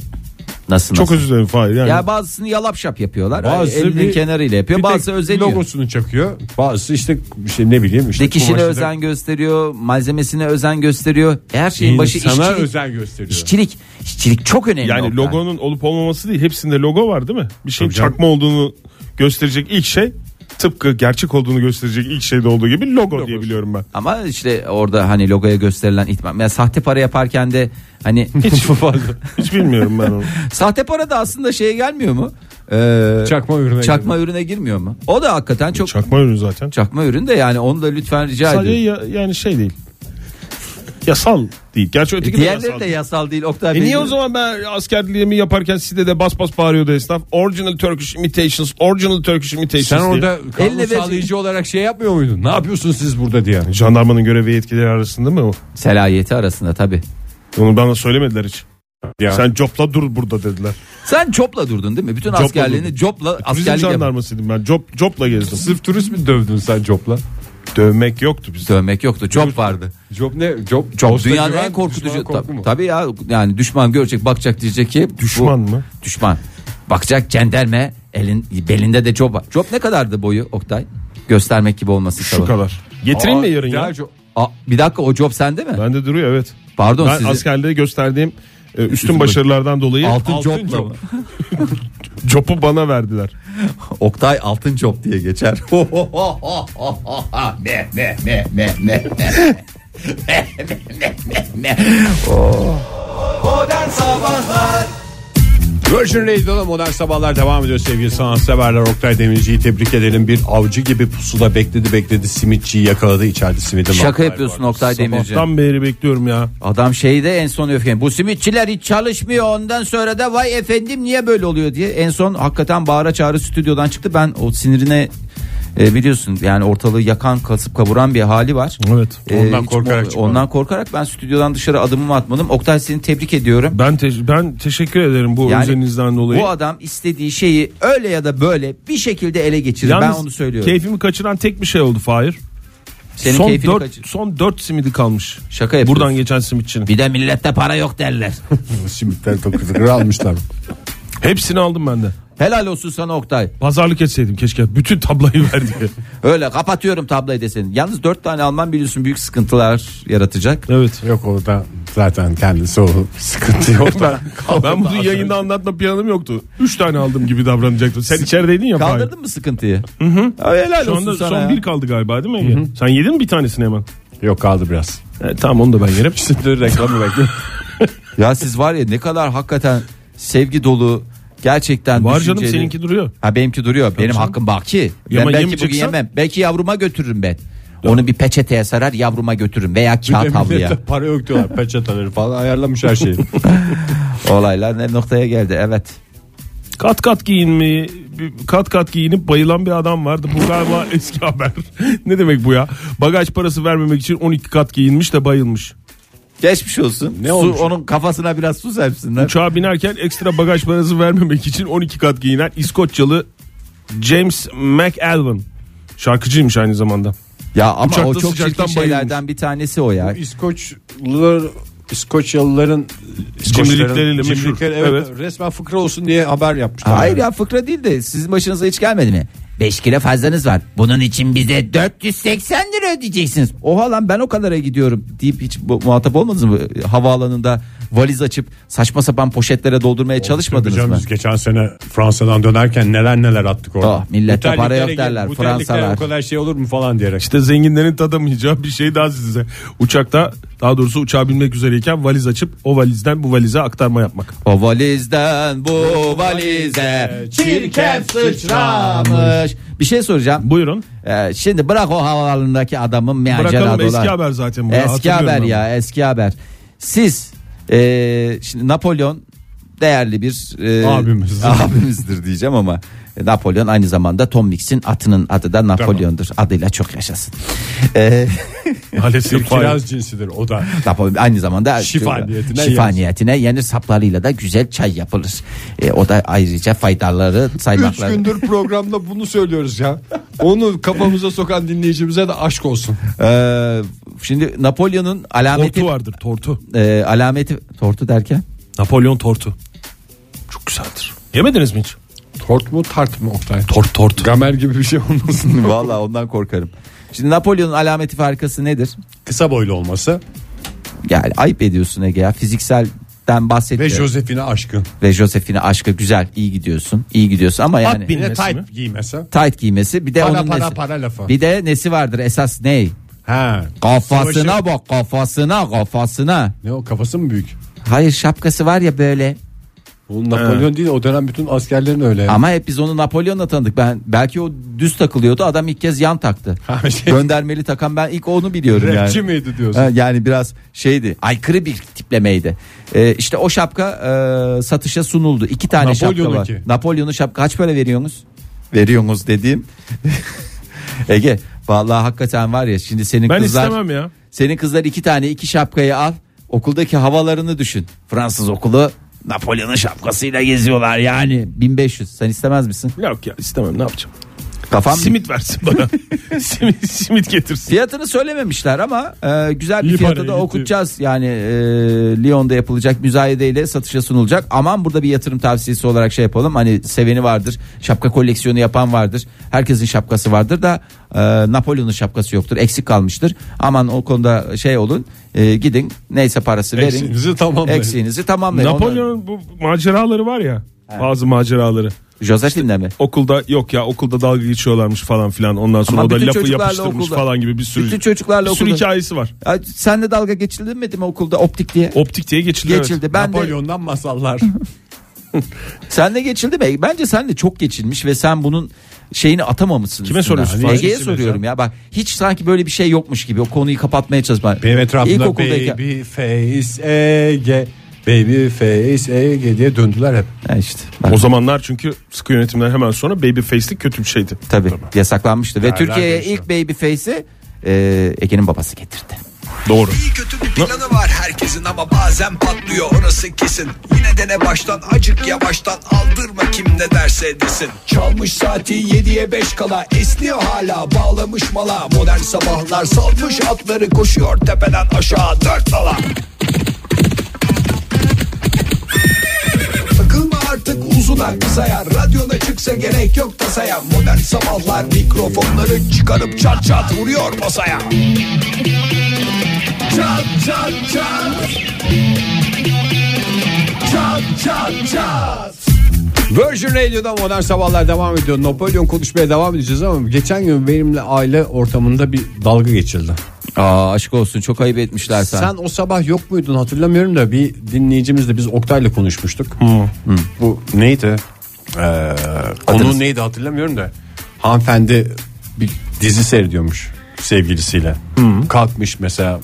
D: nasıl
C: Çok
D: nasıl?
C: özür dilerim Fahir. Yani.
D: Ya bazısını yalap şap yapıyorlar.
B: Bazısı
D: Elinin
B: bir-
D: kenarıyla yapıyor.
B: Bir tek
D: Bazısı özeniyor.
B: Logosunu çakıyor. Bazısı işte şey ne bileyim işte
D: Dikişine
B: kumaşına-
D: özen gösteriyor, malzemesine özen gösteriyor. Her şeyin başı
B: İnsana
D: işçilik.
B: özen gösteriyor.
D: Ee, İşçilik, işçilik çok önemli.
C: yani
D: Oktay.
C: logonun olup olmaması değil. Hepsinde logo var değil mi? Bir şeyin
B: Tabii canım.
C: çakma olduğunu gösterecek ilk şey tıpkı gerçek olduğunu gösterecek ilk şeyde olduğu gibi logo diye biliyorum ben.
D: Ama işte orada hani logoya gösterilen itman. Yani sahte para yaparken de hani
C: Hiç bilmiyorum ben onu.
D: sahte para da aslında şeye gelmiyor mu? Ee,
B: Çakma ürüne.
D: çakma ürüne girmiyor mu? O da hakikaten çok
C: Çakma ürün zaten.
D: çakma ürün de yani onu da lütfen rica
C: Sadece
D: ediyorum.
C: ya- yani şey değil. Yasal değil. Gerçi öteki de yasal.
D: E, Diğerleri de
C: değil.
D: yasal değil Oktay
C: E
D: Bey.
C: niye o zaman ben askerliğimi yaparken sitede bas bas bağırıyordu esnaf? Original Turkish imitations, original Turkish imitations
B: E Sen
C: diye.
B: orada kanun
D: Elle ver-
B: sağlayıcı olarak şey yapmıyor muydun? Ne yapıyorsunuz siz burada diye.
C: Jandarmanın görevi yetkileri arasında mı o?
D: Selayeti arasında tabi.
C: Onu bana söylemediler hiç.
B: Ya.
C: Sen copla dur burada dediler.
D: Sen copla durdun değil mi? Bütün
C: Copla
D: askerliğini
C: durdum.
D: copla
C: Turizm
D: askerlik yap-
C: jandarmasıydım ben. Cop, copla gezdim.
B: Sırf turist mi dövdün sen Job'la?
C: Dövmek yoktu bizde.
D: Dövmek yoktu. Cop vardı.
B: Job ne? Job,
D: Çok dünyanın en korkutucu tabii, tabii ya yani düşman görecek bakacak diyecek ki bu-
C: Düşman mı?
D: Düşman. Bakacak cenderme elin belinde de job var. Job ne kadardı boyu Oktay? Göstermek gibi olması
C: Şu kadar. Getireyim mi yarın ya?
D: Aa, bir dakika o job sende mi?
C: Bende duruyor evet.
D: Pardon
C: Ben
D: sizi.
C: askerliğe gösterdiğim e, üstün,
D: Üstün
C: başarılardan dolayı
D: altın,
C: altın
D: jobla
C: job.
D: mı?
C: Cop'u bana verdiler.
D: Oktay altın job diye geçer. ne ne ne ne ne ne ne ne ne ne
B: Virgin Radio'da modern sabahlar devam ediyor sevgili sanatseverler. Oktay Demirci'yi tebrik edelim. Bir avcı gibi pusuda bekledi bekledi simitçiyi yakaladı içeride simidin.
D: Şaka
B: altı ay
D: yapıyorsun
B: vardı.
D: Oktay Demirci.
C: Sabahtan beri bekliyorum ya.
D: Adam şeyde en son öfken. Bu simitçiler hiç çalışmıyor. Ondan sonra da vay efendim niye böyle oluyor diye. En son hakikaten bağıra çağrı stüdyodan çıktı. Ben o sinirine e, biliyorsun yani ortalığı yakan kasıp kavuran bir hali var. E,
C: Evet.
B: Ondan
D: Ee, hiç
B: korkarak
D: mu-
B: çıkmadım.
D: Ondan korkarak ben stüdyodan dışarı adımımı atmadım. Oktay seni tebrik ediyorum.
C: Ben te- ben teşekkür ederim bu
D: Yani
C: özeninizden dolayı.
D: Bu adam istediği şeyi öyle ya da böyle bir şekilde ele geçirir. ben onu söylüyorum.
C: Keyfimi kaçıran tek bir şey oldu Fahir.
D: Senin
C: son
D: keyfini
C: dört,
D: kaçır.
C: son 4 simidi kalmış.
D: Şaka yapıyorsun.
C: Buradan geçen simitçinin.
D: Bir de millette para yok derler.
B: Simitler dokuz lira almışlar.
C: Hepsini aldım ben de.
D: Helal olsun sana Oktay.
C: Pazarlık etseydim keşke. Bütün tablayı verdi.
D: Öyle kapatıyorum tablayı desen. Yalnız dört tane Alman biliyorsun büyük sıkıntılar yaratacak.
C: evet.
B: Yok orada zaten kendisi o sıkıntı yok da.
C: Ben bunu yayında anlatma planım yoktu. 3 tane aldım gibi davranacaktım. Sen içerideydin ya. Fahir.
D: Kaldırdın mı sıkıntıyı? Hı hı. Helal
C: Şu
D: olsun
C: anda
D: sana
C: son
D: ya.
C: bir kaldı galiba değil mi? Ege? Sen yedin mi bir tanesini hemen?
B: Yok kaldı biraz.
C: E, tamam onu da ben yerim.
B: Şimdi reklamı bekliyorum.
D: Ya siz var ya ne kadar hakikaten sevgi dolu gerçekten
C: Var canım
D: düşünceli.
C: seninki duruyor.
D: Ha benimki duruyor. Benim hakkım baki. Ben
C: Ama
D: belki bugün
C: yemeyeceksen-
D: yemem. Belki yavruma götürürüm ben. Onu bir peçeteye sarar yavruma götürürüm veya kağıt havluya.
B: para yok diyorlar peçeteleri falan ayarlamış her şeyi.
D: Olaylar ne noktaya geldi evet.
C: Kat kat giyinmeyi bir- kat kat giyinip bayılan bir adam vardı. Bu galiba eski haber. ne demek bu ya? Bagaj parası vermemek için 12 kat giyinmiş de bayılmış.
D: Geçmiş olsun.
B: Ne
D: su,
B: olmuş?
D: Onun kafasına biraz su serpsinler.
C: Uçağa binerken ekstra bagaj parası vermemek için 12 kat giyinen İskoçyalı James McAlvin. Şarkıcıymış aynı zamanda.
D: Ya ama
C: Uçakta
D: o çok çirkin
C: sıcaktan
D: şeylerden bir tanesi o ya.
B: İskoçlular İskoçyalıların
C: Cimrilikleriyle meşhur.
B: cimrilikleri, evet,
C: Evet.
B: resmen fıkra olsun diye haber yapmışlar.
D: Hayır ya fıkra değil de sizin başınıza hiç gelmedi mi? 5 kilo fazlanız var. Bunun için bize 480 lira ödeyeceksiniz. Oha lan ben o kadara gidiyorum deyip hiç bu- muhatap olmadınız mı? Havaalanında valiz açıp saçma sapan poşetlere doldurmaya çalışmadınız
E: Tabii
D: mı?
E: canım, Biz geçen sene Fransa'dan dönerken neler neler attık orada.
D: Ah, millette
E: Bu
D: para yok
E: terliklere
D: derler,
E: gel- bu terlikler
D: Fransalar.
E: O kadar şey olur mu falan diyerek.
C: İşte zenginlerin tadamayacağı bir şey daha size. Uçakta daha doğrusu uçağa binmek üzereyken valiz açıp o valizden bu valize aktarma yapmak.
D: O valizden bu valize çirkef sıçramış. Bir şey soracağım.
C: Buyurun.
D: Ee, şimdi bırak o havalarındaki adamın meacera
C: Bırakalım eski
D: dolar.
C: haber zaten. bu.
D: Eski
C: Hatırlıyorum
D: haber
C: ben.
D: ya eski haber. Siz e, şimdi Napolyon değerli bir e,
E: Abimiz.
D: abimizdir diyeceğim ama e, Napolyon aynı zamanda Tom Mix'in atının adı da Napolyon'dur. Adıyla çok yaşasın. E,
E: Bir
C: Maalesef
E: kiraz cinsidir o da.
D: Napolyon aynı zamanda
E: Şifa niyetine
D: şifa
E: yenir.
D: niyetine yenir saplarıyla da güzel çay yapılır. E, o da ayrıca faydaları
B: Üç
D: saymakla.
B: gündür programda bunu söylüyoruz ya. Onu kafamıza sokan dinleyicimize de aşk olsun.
D: E, şimdi Napolyon'un alameti
C: tortu vardır tortu.
D: e, alameti tortu derken
C: Napolyon tortu. Çok güzeldir. Yemediniz mi hiç?
B: Tort mu tart mı Oktay?
C: Tort tort.
B: Gamer gibi bir şey olmasın.
D: Vallahi ondan korkarım. Şimdi Napolyon'un alameti farkası nedir?
E: Kısa boylu olması
D: Yani ayıp ediyorsun Ege ya. Fizikselden
E: ve
D: bahsetmiyorum.
E: Josefine aşkın.
D: Ve, Josefine aşka güzel iyi gidiyorsun. İyi gidiyorsun ama yani
E: At bine
C: Bilmesi mi?
E: tight giymesi.
D: tight giymesi bir de
E: Para
D: onun
E: para
D: nesi.
E: para lafı.
D: Bir de nesi vardır esas ne?
E: Ha.
D: Kafasına
E: Savaşı-
D: bak kafasına kafasına.
E: Ne o kafası mı büyük?
D: Hayır şapkası var ya böyle.
E: O Napolyon değil o dönem bütün askerlerin öyle.
D: Ama hep biz onu Napolyon'la tanıdık. Ben belki o düz takılıyordu. Adam ilk kez yan taktı.
E: Ha, şey-
D: Göndermeli takan ben ilk onu biliyorum yani.
E: Rapçi miydi diyorsun?
D: Ha, yani biraz şeydi aykırı bir tiplemeydi. Ee, işte o şapka e, satışa sunuldu. İki tane şapka var.
E: Napolyon'unki.
D: Napolyon'un şapka kaç para veriyorsunuz? Veriyorsunuz dediğim. Ege vallahi hakikaten var ya şimdi senin
C: Ben
D: kızlar
C: istemem ya.
D: senin kızlar iki tane iki şapkayı al okuldaki havalarını düşün. Fransız okulu Napolyon'un şapkasıyla geziyorlar yani 1500 sen istemez misin?
C: Yok ya istemem ne yapacağım.
D: Kafam
C: Simit versin bana. simit, simit getirsin.
D: Fiyatını söylememişler ama e, güzel bir
E: İyi
D: fiyata
E: para,
D: da
E: iyi
D: okutacağız. Yani e, Lyon'da yapılacak müzayedeyle satışa sunulacak. Aman burada bir yatırım tavsiyesi olarak şey yapalım. Hani seveni vardır. Şapka koleksiyonu yapan vardır. Herkesin şapkası vardır da e, Napolyon'un şapkası yoktur. Eksik kalmıştır. Aman o konuda şey olun. e, gidin neyse parası verin.
E: Eksiğinizi tamamlayın.
D: Eksiğinizi tamamlayın. Napolyon
C: Napolyon'un bu maceraları var ya. Bazı maceraları.
D: Josephine'le mi?
C: Okulda yok ya okulda dalga geçiyorlarmış falan filan. Ondan sonra
D: Ama
C: o da
D: bütün
C: lafı
D: çocuklarla
C: yapıştırmış
D: okulda.
C: falan gibi bir sürü.
D: Bütün çocuklarla
C: bir sürü
D: okulda.
C: hikayesi var.
D: Ya, Senle dalga geçilmedi mi okulda optik diye?
C: Optik diye geçiliyor. evet.
D: Geçildi. Ben de
E: Napolyon'dan masallar.
D: Senle geçildi mi? Bence senle çok geçilmiş ve sen bunun şeyini atamamışsın.
C: Kime
D: üstünden.
C: soruyorsun? Fark
D: Ege'ye
E: etsin
D: soruyorum ya. Bak hiç sanki böyle bir şey yokmuş gibi o konuyu kapatmaya çalışma.
E: Benim etrafımda
D: İlkokuldayken-
E: baby face Ege baby face Ege diye döndüler hep.
D: Ha işte. Bak,
C: O zamanlar çünkü sıkı yönetimden hemen sonra babyface'lik kötü bir şeydi.
D: tabii yasaklanmıştı ve
E: Değerler
D: Türkiye'ye
E: değişiyor.
D: ilk baby face'i e, Ege'nin babası getirdi.
C: Doğru.
G: İyi kötü bir planı var herkesin ama bazen patlıyor orası kesin. Yine dene baştan acık yavaştan aldırma kim ne derse desin. Çalmış saati 7'ye 5 kala esniyor hala bağlamış mala. Modern sabahlar salmış atları koşuyor tepeden aşağı dört nala. Takılma artık uzuna kısaya Radyona çıksa gerek yok tasaya Modern sabahlar mikrofonları çıkarıp çat çat vuruyor masaya Çat çat çat. Çat çat çat.
B: Virgin Radio'da modern sabahlar devam ediyor. Napolyon konuşmaya devam edeceğiz ama geçen gün benimle aile ortamında bir dalga geçildi.
D: Aa aşk olsun çok ayıp etmişler sen.
E: Sen o sabah yok muydun hatırlamıyorum da bir dinleyicimizle biz Oktay'la konuşmuştuk. Hı. Bu neydi? Ee, konu neydi hatırlamıyorum da. Hanımefendi bir dizi seyrediyormuş sevgilisiyle. Kalkmış mesela e,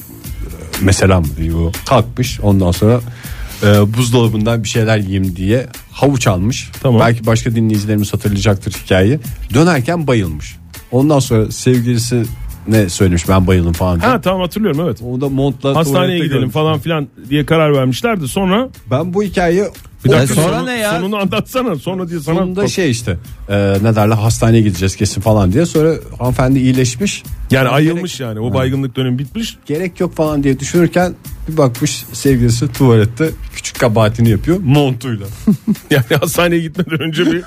E: mesela mı diyeyim bu kalkmış ondan sonra e, buzdolabından bir şeyler yiyeyim diye havuç almış.
C: Tamam.
E: Belki başka dinleyicilerimiz hatırlayacaktır hikayeyi. Dönerken bayılmış. Ondan sonra sevgilisi ne söylemiş ben bayıldım falan diye.
C: Ha tamam hatırlıyorum evet.
E: O da montla tuvalete
C: Hastaneye gidelim
E: görmüş.
C: falan filan diye karar vermişlerdi. Sonra
E: Ben bu hikayeyi
C: bir
D: E, sonra ne ya?
C: Sonunu anlatsana. Sonra diye sana
E: sonunda şey işte e, ne derler hastaneye gideceğiz kesin falan diye sonra hanımefendi iyileşmiş
C: yani ayılmış yani. O baygınlık dönemi bitmiş.
E: gerek yok falan diye düşünürken bir bakmış sevgilisi tuvalette küçük kabahatini yapıyor montuyla.
C: Yani hastaneye gitmeden önce bir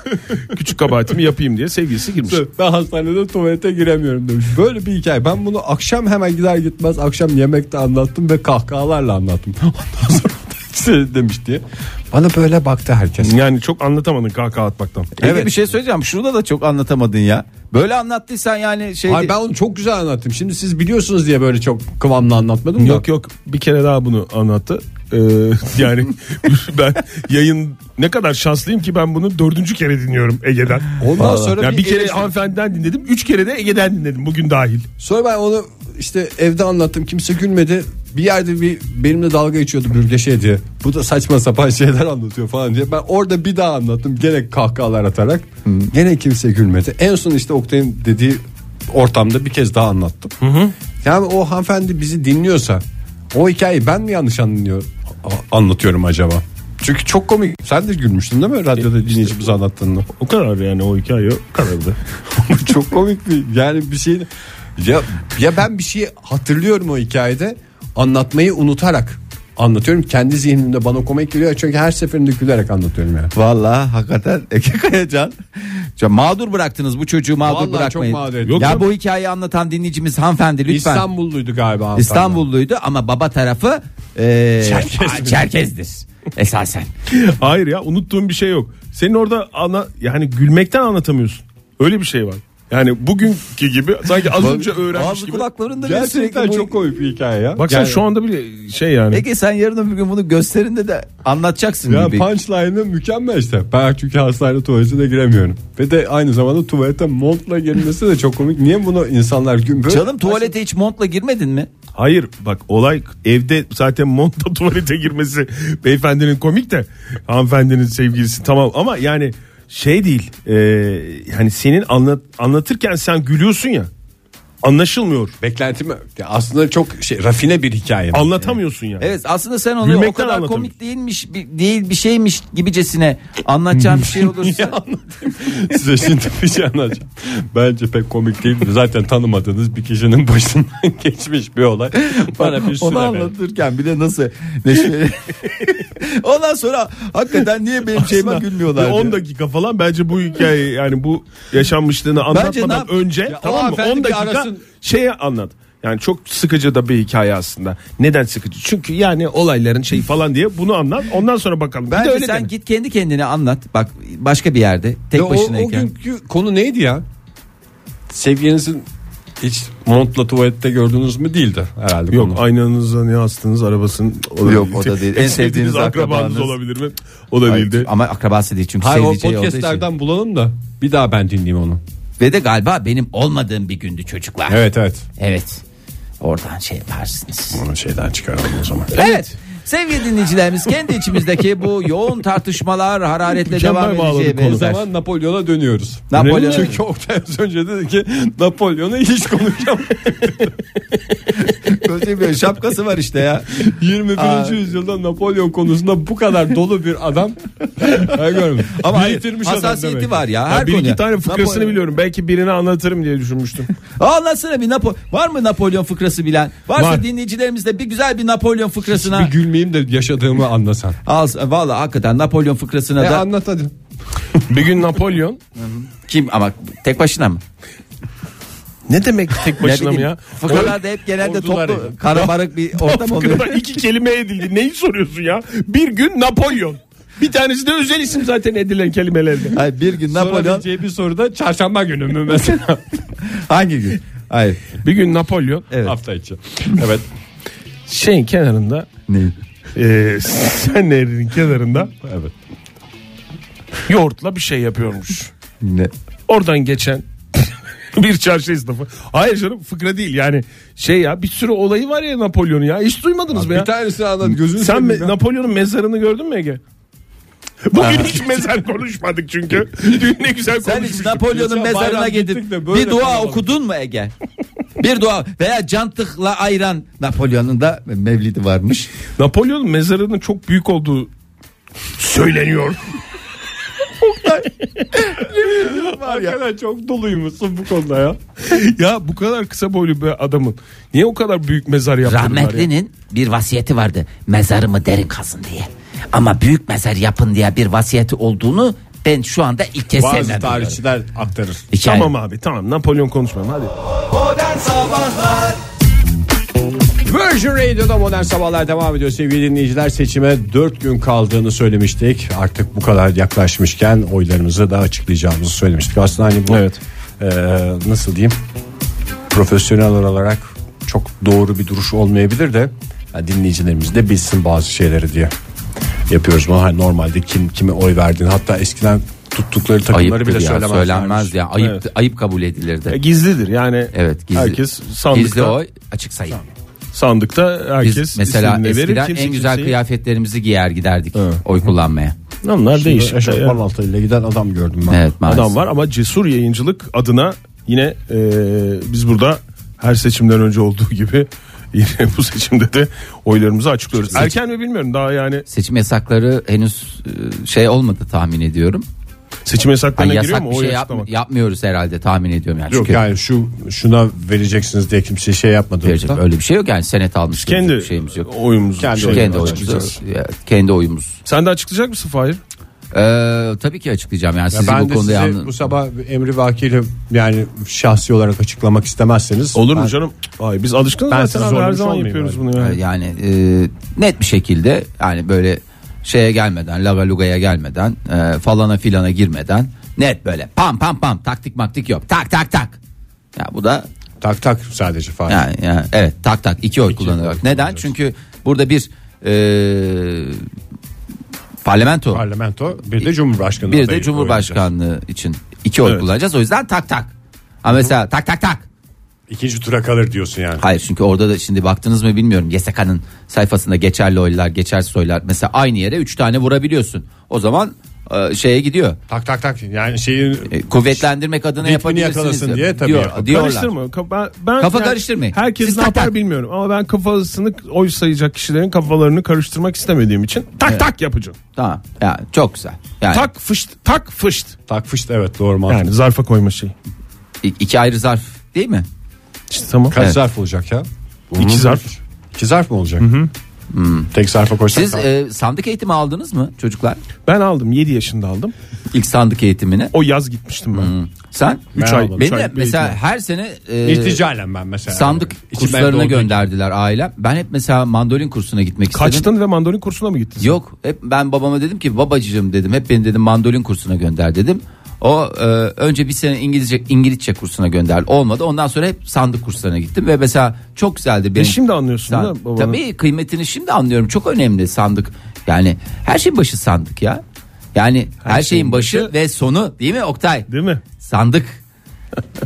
C: küçük kabahatimi yapayım diye sevgilisi girmiş.
E: ben hastanede tuvalete giremiyorum demiş. Böyle bir hikaye. Ben bunu akşam hemen gider gitmez akşam yemekte anlattım ve kahkahalarla anlattım. Ondan sonra demiş diye. Bana böyle baktı herkes.
C: Yani çok anlatamadın kahkaha atmaktan.
D: Evet. Bir şey söyleyeceğim. Şurada da çok anlatamadın ya. Böyle anlattıysan yani şey
E: Hayır ben onu çok güzel anlattım. Şimdi siz biliyorsunuz diye böyle çok kıvamlı anlatmadım da.
C: Yok yok bir kere daha bunu anlattı. Ee, yani ben yayın ne kadar şanslıyım ki ben bunu dördüncü kere dinliyorum Ege'den.
E: Ondan sonra
C: Yani bir kere
E: eleştiri-
C: hanımefendiden dinledim. Üç kere de Ege'den dinledim bugün dahil.
E: Sonra ben onu işte evde anlattım. Kimse gülmedi. Bir yerde bir benimle dalga geçiyordu bürge şey diye. Bu da saçma sapan şeyler anlatıyor falan diye. Ben orada bir daha anlattım. Gene kahkahalar atarak. Gene kimse gülmedi. En son işte Oktay'ın dediği ortamda bir kez daha anlattım. Yani o hanımefendi bizi dinliyorsa o hikayeyi ben mi yanlış anlıyor a- anlatıyorum acaba? Çünkü çok komik. Sen de gülmüştün değil mi radyoda dinleyicimiz anlattığında?
C: O kadar yani o hikaye o kadardı.
E: çok komik bir yani bir şey ya ya ben bir şeyi hatırlıyorum o hikayede anlatmayı unutarak anlatıyorum kendi zihnimde bana komik geliyor çünkü her seferinde gülerek anlatıyorum yani.
D: Vallahi hakikaten Ege Kayacan. Ya mağdur bıraktınız bu çocuğu mağdur
E: Vallahi çok
D: bırakmayın.
E: mağdur ettim. Yok
D: ya
E: canım.
D: bu hikayeyi anlatan dinleyicimiz hanımefendi lütfen.
E: İstanbulluydu galiba. hanımefendi.
D: İstanbulluydu ama baba tarafı e,
E: Çerkez
D: Aa,
E: mi?
D: Çerkezdir. Esasen.
C: Hayır ya unuttuğum bir şey yok. Senin orada ana, yani gülmekten anlatamıyorsun. Öyle bir şey var. Yani bugünkü gibi sanki az önce öğrenmiş
D: Ağzı
C: gibi.
D: kulaklarında bile
E: Gerçekten
D: sürekli bu-
E: çok komik bir hikaye ya.
C: Bak sen
E: Yani-
C: şu anda bile şey yani.
D: Ege sen yarın öbür gün bunu gösterinde de anlatacaksın
E: ya
D: gibi.
E: punchline'ı mükemmel işte. Ben çünkü hastane tuvaletine giremiyorum. Ve de aynı zamanda tuvalete montla girmesi de çok komik. Niye bunu insanlar gün böyle...
D: Canım tuvalete hiç montla girmedin mi?
C: Hayır bak olay evde zaten monta tuvalete girmesi beyefendinin komik de hanımefendinin sevgilisi tamam ama yani şey değil e, yani senin anlat, anlatırken sen gülüyorsun ya anlaşılmıyor
E: Beklentimi ya aslında çok şey rafine bir hikaye.
C: anlatamıyorsun yani.
D: Evet aslında sen onu
C: Gülmekten
D: o kadar
C: anlatamıyorum.
D: komik değilmiş bir, değil bir şeymiş gibicesine anlatacağın bir şey olursa.
E: Size şimdi bir şey anlatacağım. Bence pek komik değil. Zaten tanımadığınız bir kişinin başından geçmiş bir olay. Bana bir
D: Onu
E: süre ver.
D: anlatırken bile nasıl neşeli. Ondan sonra hakikaten niye benim
E: şey
D: şeyime gülmüyorlar?
C: Bir
D: diye.
C: 10 dakika falan bence bu hikaye yani bu yaşanmışlığını
D: ne
C: anlatmadan
D: yap-
C: önce tamam mı?
E: hanımefendi
C: 10
E: bir
C: dakika
E: arasın.
C: şeye anlat. Yani çok sıkıcı da bir hikaye aslında. Neden sıkıcı? Çünkü yani olayların şeyi falan diye bunu anlat. Ondan sonra bakalım. Bir de
D: Bence
C: öyle
D: sen
C: deme.
D: git kendi kendine anlat. Bak başka bir yerde tek
E: Ya o, o
D: başınayken.
E: günkü konu neydi ya? Sevgilinizin hiç montla tuvalette gördünüz mü değildi herhalde
C: Yok
E: konu.
C: aynanıza ne astınız arabasının o
D: Yok, o da değil. En sevdiğiniz akrabanız.
C: olabilir mi? O da
D: Ay,
C: değildi.
D: Ama akrabası değil çünkü
E: Hayır o
D: sevdiği şey olduğu için.
E: podcastlerden bulalım da bir daha ben dinleyeyim onu.
D: Ve de galiba benim olmadığım bir gündü çocuklar.
E: Evet evet.
D: Evet. Oradan şey yaparsınız.
E: Onu şeyden çıkaralım o zaman.
D: Evet. Sevgili dinleyicilerimiz kendi içimizdeki bu yoğun tartışmalar hararetle
C: Mükemmel
D: devam edeceği
C: bağladık konu.
E: O
D: benzer.
E: zaman Napolyon'a dönüyoruz.
D: Napolyon-
E: Önemli Çünkü Oktay az önce dedi ki Napolyon'a hiç konuşamadım.
D: Böyle şapkası var işte ya.
E: 21.
D: Aa.
E: yüzyılda Napolyon konusunda bu kadar dolu bir adam ben görmedim.
D: Ama hayır,
E: Biriktirmiş adam
D: hassasiyeti
E: demek.
D: var ya.
C: Ya
D: Her
C: bir iki
D: konuya.
C: tane fıkrasını
D: Napolyon.
C: biliyorum. Belki birini anlatırım diye düşünmüştüm.
D: Aa, Anlatsana bir Napolyon. Var mı Napolyon fıkrası bilen? Varsa
C: Var.
D: dinleyicilerimizde bir güzel bir Napolyon fıkrasına.
E: Bir gülmeyeyim de yaşadığımı anlasan.
D: Al, valla hakikaten Napolyon fıkrasına
E: E
D: da.
E: anlat hadi.
C: bir gün Napolyon
D: Kim ama tek başına mı?
C: ne demek tek başına mı
D: bileyim,
C: ya?
D: Fıkralarda hep genelde
E: Ordular
D: toplu karabarık bir ortam oluyor.
C: Fıkrada iki kelime edildi. Neyi soruyorsun ya? Bir gün Napolyon. Bir tanesi de özel isim zaten edilen kelimelerde.
D: Hayır, bir gün Napolyon
E: Sorabileceği bir soru da çarşamba günü mü mesela?
D: hangi gün? Hayır.
C: Bir gün Napolyon
D: Evet.
E: Hafta içi. Evet.
C: şeyin kenarında eee sen nehrinin kenarında
E: evet.
C: yoğurtla bir şey yapıyormuş.
D: Ne?
C: Oradan geçen bir çarşı esnafı. Hayır canım fıkra değil yani şey ya bir sürü olayı var ya Napolyon'un ya hiç duymadınız mı ya?
E: Bir tanesini anlat gözünü
C: Sen
E: seveyim
C: me-
E: ya.
C: Napolyon'un mezarını gördün mü Ege? Bugün hiç mezar konuşmadık çünkü. Dün ne güzel
D: Sen hiç
C: konuşmuştuk.
D: Napolyon'un
E: Geçen
D: mezarına
E: bayram
D: gidip
E: gittik de böyle
D: bir dua
E: konuşalım.
D: okudun mu Ege? bir dua veya cantıkla ayran Napolyon'un da mevlidi varmış.
C: Napolyon'un mezarının çok büyük olduğu söyleniyor.
E: Hakikaten çok doluymuşsun bu konuda ya.
C: ya bu kadar kısa boylu bir adamın niye o kadar büyük mezar yaptırdılar ya?
D: Rahmetlinin bir vasiyeti vardı. Mezarımı derin kazın diye. Ama büyük mezar yapın diye bir vasiyeti olduğunu ben şu anda ilk kez
E: Bazı
D: senden duyuyorum.
E: tarihçiler aktarır.
D: Hikaye.
E: E,
C: Tamam abi tamam Napolyon konuşmayalım hadi.
G: Modern Sabahlar
B: Virgin Radio'da modern sabahlar devam ediyor sevgili dinleyiciler. Seçime 4 gün kaldığını söylemiştik. Artık bu kadar yaklaşmışken oylarımızı da açıklayacağımızı söylemiştik. Aslında hani bu
E: Evet.
B: e, nasıl diyeyim
E: Profesyonel olarak çok doğru bir duruş olmayabilir de ya dinleyicilerimiz de bilsin bazı şeyleri diye yapıyoruz bunu. Hani normalde kim kime oy verdiğini hatta eskiden tuttukları takımları
D: Ayıptır
E: bile
D: ya
E: söylemezlermiş.
D: söylenmez ya ayıp ayıp kabul edilirdi.
C: E, Gizlidir yani.
D: Evet gizli.
C: Herkes
D: Gizli
C: sandıkta,
D: oy açık sayı.
C: sandıkta herkes
D: Biz mesela
C: isimlerini verir.
D: eskiden
C: Kimse
D: en güzel
C: kimseyi-
D: kıyafetlerimizi giyer giderdik oy kullanmaya.
C: Onlar değişik. şey,
E: Eşofman altıyla giden adam gördüm ben.
D: Evet maalesef.
C: Adam var ama cesur yayıncılık adına yine e, biz burada her seçimden önce olduğu gibi yine bu seçimde de oylarımızı açıklıyoruz. Erken mi bilmiyorum daha yani
D: Seçim yasakları henüz e, şey olmadı tahmin ediyorum.
C: seçim yasaklarına
D: Hani
C: giriyor
D: yasak
C: mu
D: bir
C: oy
D: şey yap-
C: açıklamak?
D: yapmıyoruz herhalde tahmin ediyorum yani.
E: Yok
D: Çünkü
E: yani şu şuna vereceksiniz diye kimse şey yapmadı.
D: verecek öyle bir şey yok yani senet almış
C: Kendi
D: bir şeyimiz yok.
C: oyumuzu.
E: Kendi
C: şey-
E: oyunu
D: kendi
E: açıklayacağız.
D: oyumuz. Kendi oyumuz.
C: Sen de açıklayacak mısın Fahir?
D: Ee, tabii ki açıklayacağım yani
E: Ya
D: sizi
E: ben
D: bu
E: de
D: konuda
E: size
D: yalnız.
E: bu sabah emri vakiyle yani şahsi olarak açıklamak istemezseniz.
C: Olur mu
E: Ben-
C: canım? Ay biz alışkınız
E: Ben sizi
C: zaten abi, her
E: zorlamış
C: zaman
E: olmayayım
C: yapıyoruz
E: yani.
C: bunu yani.
D: Yani e, net bir şekilde yani böyle şeye gelmeden, laga lugaya gelmeden, e, falana filana girmeden net böyle pam pam pam taktik maktik yok. Tak tak tak. Ya bu da
E: Tak tak sadece falan.
D: yani, yani evet tak tak iki oy kullanılıyor. Neden? Çünkü burada bir e, parlamento
E: Parlamento bir de Cumhurbaşkanı.
D: bir de
E: adayı oynayacağız.
D: cumhurbaşkanlığı için iki oy
C: Evet.
D: kullanacağız. O yüzden tak tak. Ama mesela tak tak tak
E: İkinci tura kalır diyorsun yani.
D: Hayır çünkü orada da şimdi baktınız mı bilmiyorum. YSK'nın sayfasında geçerli oylar, geçersiz oylar. Mesela aynı yere 3 tane vurabiliyorsun. O zaman e, şeye gidiyor.
E: Tak tak tak yani şeyin
D: E, kuvvetlendirmek adına
E: Ritmini
D: yapabilirsiniz.
E: yakalasın diye tabii yapıyor.
D: diyor, diyorlar.
C: Karıştırma. Ka- Ben, ben-
D: Kafa
C: yani
D: karıştırmayın.
C: Herkes
D: Siz
C: ne
D: tak
C: yapar
D: tak.
C: bilmiyorum ama ben kafasını oy sayacak kişilerin kafalarını karıştırmak istemediğim için tak tak yapacağım.
D: Tamam. Yani çok güzel. Yani
C: Tak fışt tak fışt.
E: tak fışt evet doğru mantık.
C: Yani zarfa koyma şeyi.
D: i- iki ayrı zarf değil mi?
C: İşte tamam.
E: Kaç
D: Evet.
E: zarf olacak ya?
C: İki zarf.
E: İki zarf mı olacak? Tek zarfa koysak
D: Siz
E: tamam.
D: e, sandık eğitimi aldınız mı çocuklar?
C: Ben aldım 7 yaşında aldım.
D: İlk sandık eğitimini.
C: O yaz gitmiştim ben.
D: Hmm. Sen?
C: Üç
E: Ben
C: ay.
E: almadım.
C: üç
D: Benim
C: ay
D: de
C: bir
D: mesela
C: eğitim.
D: her sene e,
E: İlticalen ben mesela.
D: sandık
E: İçimden
D: kurslarına
E: doğduğu-
D: gönderdiler ailem. Ben hep mesela mandolin kursuna gitmek istedim.
C: Kaçtın ve mandolin kursuna mı gittin?
D: Yok hep ben babama dedim ki babacığım dedim hep beni dedim mandolin kursuna gönder dedim. O e, önce bir sene İngilizce İngilizce kursuna gönderdi. Olmadı. Ondan sonra hep sandık kurslarına gittim ve mesela çok güzeldi benim.
C: E şimdi anlıyorsun
D: San-
C: değil mi babanın?
D: Tabii kıymetini şimdi anlıyorum. Çok önemli sandık. Yani her şeyin başı sandık ya. Yani her, şeyin, başı, ve sonu değil mi Oktay?
C: Değil mi?
D: Sandık.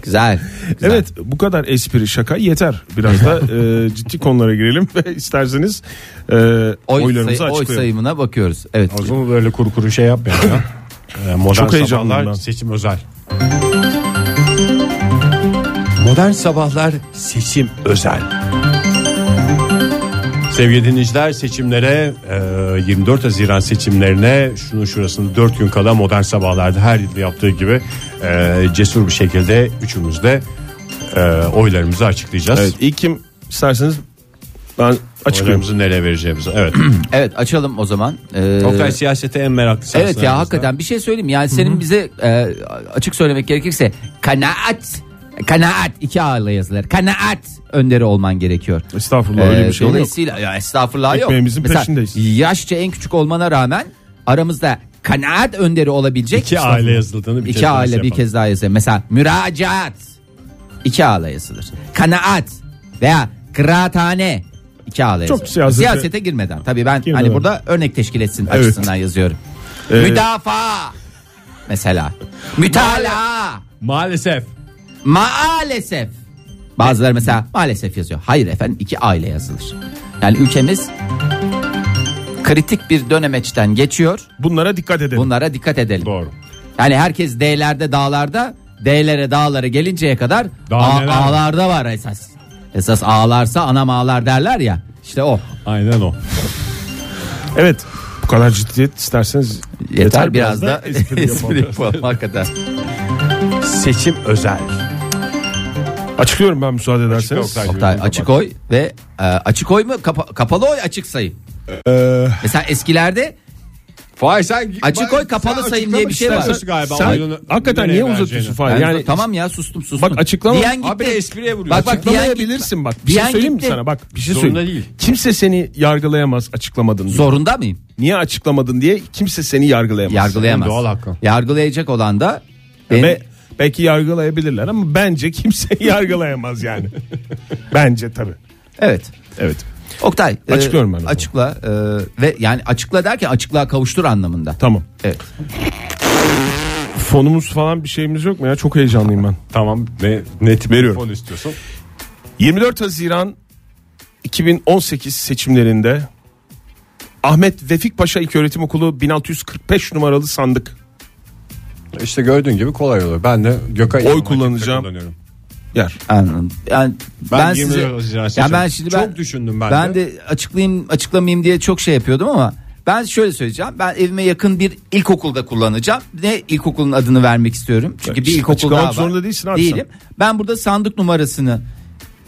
D: güzel. güzel.
C: Evet bu kadar espri şaka yeter. Biraz da e, ciddi konulara girelim ve isterseniz e,
D: Oy,
C: oylarımızı
D: sayı- oy
C: açıklayalım.
D: sayımına bakıyoruz. Evet.
E: O zaman böyle kuru kuru şey yapmayalım ya. Ee, Modern
C: Çok heyecanlıyım
E: sabahlar
C: ben.
E: seçim özel. Modern sabahlar seçim özel. Sevgili dinleyiciler seçimlere e, 24 Haziran seçimlerine şunun şurasını 4 gün kala modern sabahlarda her yıl yaptığı gibi e, cesur bir şekilde üçümüz de e, oylarımızı açıklayacağız.
C: Evet ilk kim isterseniz ben açıklayayım.
E: Oylarımızı nereye vereceğimizi. Evet.
D: Evet açalım o zaman. Ee,
E: Oktay siyasete en meraklısı.
D: Evet
E: aslında
D: ya
E: aramızda.
D: hakikaten bir şey söyleyeyim yani senin bize e, açık söylemek gerekirse kanaat kanaat iki ağırla yazılır kanaat önderi olman gerekiyor.
C: Estağfurullah öyle
D: Ee,
C: bir şey yok.
D: dolayısıyla ya estağfurullah yok.
C: Ekmeğimizin
D: Mesela
C: peşindeyiz.
D: yaşça en küçük olmana rağmen aramızda kanaat önderi olabilecek
E: İki aile yazıldığını bir
D: iki
E: kez daha şey
D: ağla bir
E: yapalım.
D: kez daha yazılır. Mesela müracaat iki ağla yazılır. Kanaat veya kıraathane iki ağla yazılır.
C: siyasete-
D: Siyasete girmeden. Tabii ben
C: Girmeden.
D: hani burada örnek teşkil etsin açısından yazıyorum. Müdafaa mesela. Mütalaa.
E: Maalesef.
D: Maalesef. Bazıları mesela maalesef yazıyor. Hayır efendim iki aile yazılır. Yani ülkemiz kritik bir dönemeçten geçiyor.
C: Bunlara dikkat edelim.
D: Bunlara dikkat edelim.
E: Doğru.
D: Yani herkes D'lerde dağlarda D'lere dağlara gelinceye kadar
E: Daha
D: A-
E: neler var?
D: A'larda var esas. Esas ağlarsa anam ağlar derler ya. İşte o.
E: Aynen o.
C: Evet bu kadar ciddiyet isterseniz
D: Yeter, biraz, da,
C: espri
D: espri
C: yapalım.
D: yapalım hakikaten.
E: Seçim özel.
C: Açıklıyorum ben müsaade
E: Açıkla
C: ederseniz.
E: Oktay'cığım.
D: Oktay, açık oy ve e, açık oy mu Kapa- kapalı oy açık sayı. Mesela E eskilerde
E: Vay sen
D: Açık oy, kapalı
E: sen
D: sayım diye bir şey var.
E: açıklamışsın Galiba
C: Sen
E: oyunu
C: hakikaten niye
E: nereye
C: uzatıyorsun
E: vereceğini.
C: Fahir? Yani
D: tamam ya sustum sustum.
C: Bak açıklama-
D: Diyen gitti.
E: Abi de espriye vuruyor.
D: Bak bak diyen gitti.
C: açıklamayabilirsin bak. Bir şey
D: Diyen
C: söyleyeyim mi
D: gitti.
C: sana? Bak bir şey
E: Zorunda
C: söyleyeyim.
E: değil.
C: Kimse seni yargılayamaz açıklamadın diye.
D: Zorunda mıyım?
C: Niye açıklamadın diye kimse seni yargılayamaz.
D: Yargılayamaz.
E: Doğal hakkı.
D: Yargılayacak olan da benim-
C: Ve belki yargılayabilirler ama bence kimse yargılayamaz yani. bence tabii.
D: evet.
C: Evet.
D: Oktay e,
C: Açıklıyorum ben o zaman.
D: açıkla e, ve yani açıkla derken açıklığa kavuştur anlamında.
C: Tamam.
D: Evet.
C: Fonumuz falan bir şeyimiz yok mu ya? Çok heyecanlıyım ben.
E: Tamam ne, net veriyorum. Fon istiyorsun.
C: 24 Haziran 2018 seçimlerinde Ahmet Vefik Paşa İlköğretim Okulu 1645 numaralı sandık.
E: İşte gördüğün gibi kolay oluyor. Ben de Gökay
C: Oy kullanacağım. Yer.
D: Anladım. Yani ben,
E: Ben,
D: size
E: ya
D: yani ben şimdi ben,
E: çok düşündüm ben,
D: ben
E: de.
D: de açıklayayım açıklamayayım diye çok şey yapıyordum ama ben şöyle söyleyeceğim. Ben evime yakın bir ilkokulda kullanacağım. Ne ilkokulun adını vermek istiyorum. Çünkü bir
C: işte
D: ilkokul
C: açıklamak
D: daha var.
C: zorunda değilsin abi sen.
D: Değilim. Ben burada sandık numarasını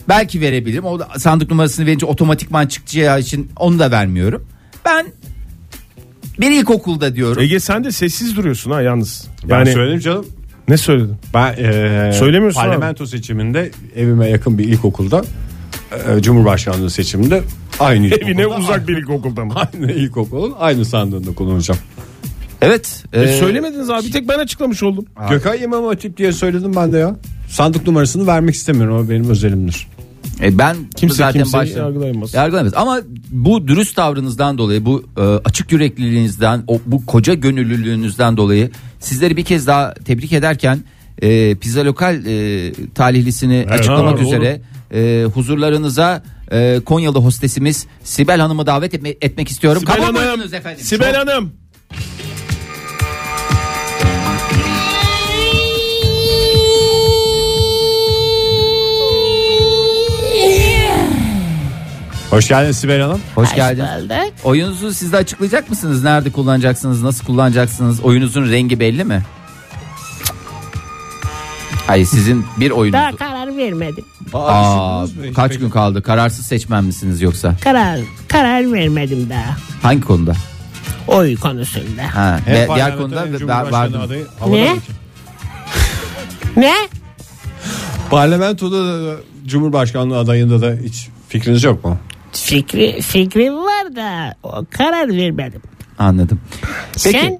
D: belki verebilirim. O da sandık numarasını verince otomatikman çıkacağı için onu da vermiyorum. Ben bir ilkokulda diyorum.
C: Ege sen de sessiz duruyorsun ha yalnız.
E: Ben
C: Yani
E: söyledim canım.
C: ne söyledin?
E: Ben e,
C: Söylemiyorsun
E: parlamento seçiminde evime yakın bir ilkokulda e, Cumhurbaşkanlığı seçiminde aynı
C: Evine uzak bir ilkokulda mı?
E: aynı ilkokulun aynı sandığında kullanacağım.
D: Evet.
C: E,
D: e,
C: söylemediniz abi bir tek ben açıklamış oldum.
E: Gökay İmam Hatip diye söyledim ben de ya. Sandık numarasını vermek istemiyorum o benim özelimdir.
D: E ben
C: Kimse
D: zaten
C: kimseyi
D: başta
C: yargılayamaz.
D: Yargılayamaz. Ama bu dürüst tavrınızdan dolayı, bu e, açık yürekliliğinizden, o, bu koca gönüllülüğünüzden dolayı sizleri bir kez daha tebrik ederken e, Pizza Lokal e, talihlisini açıklamak
C: doğru.
D: üzere e, huzurlarınıza e, Konyalı hostesimiz Sibel Hanım'ı davet etme- etmek istiyorum.
C: Sibel
D: Kabul
C: Hanım.
D: buyurunuz efendim.
C: Sibel
D: Çok-
C: Hanım.
E: Hoş geldin Sibel Hanım.
D: Hoş geldiniz. Oyununuzu siz de açıklayacak mısınız? Nerede kullanacaksınız? Nasıl kullanacaksınız? Oyunuzun rengi belli mi? Hayır sizin bir oyununuz.
H: Daha karar vermedim.
D: Aa, kaç gün kaldı? Kararsız seçmen misiniz yoksa?
H: Karar karar vermedim daha.
D: Hangi konuda?
H: Oy konusunda.
D: Ha,
E: Hem
D: ve diğer
E: parlamento
D: konuda
E: hem
D: ve-
E: Cumhurbaşkanı
D: vardım.
E: adayı havada
H: Ne?
E: mı ki?
H: Ne?
E: Parlamentoda da Cumhurbaşkanlığı adayında da hiç fikriniz yok mu?
H: Fikri, fikrim var da o karar vermedim.
D: Anladım. Peki.
H: Sen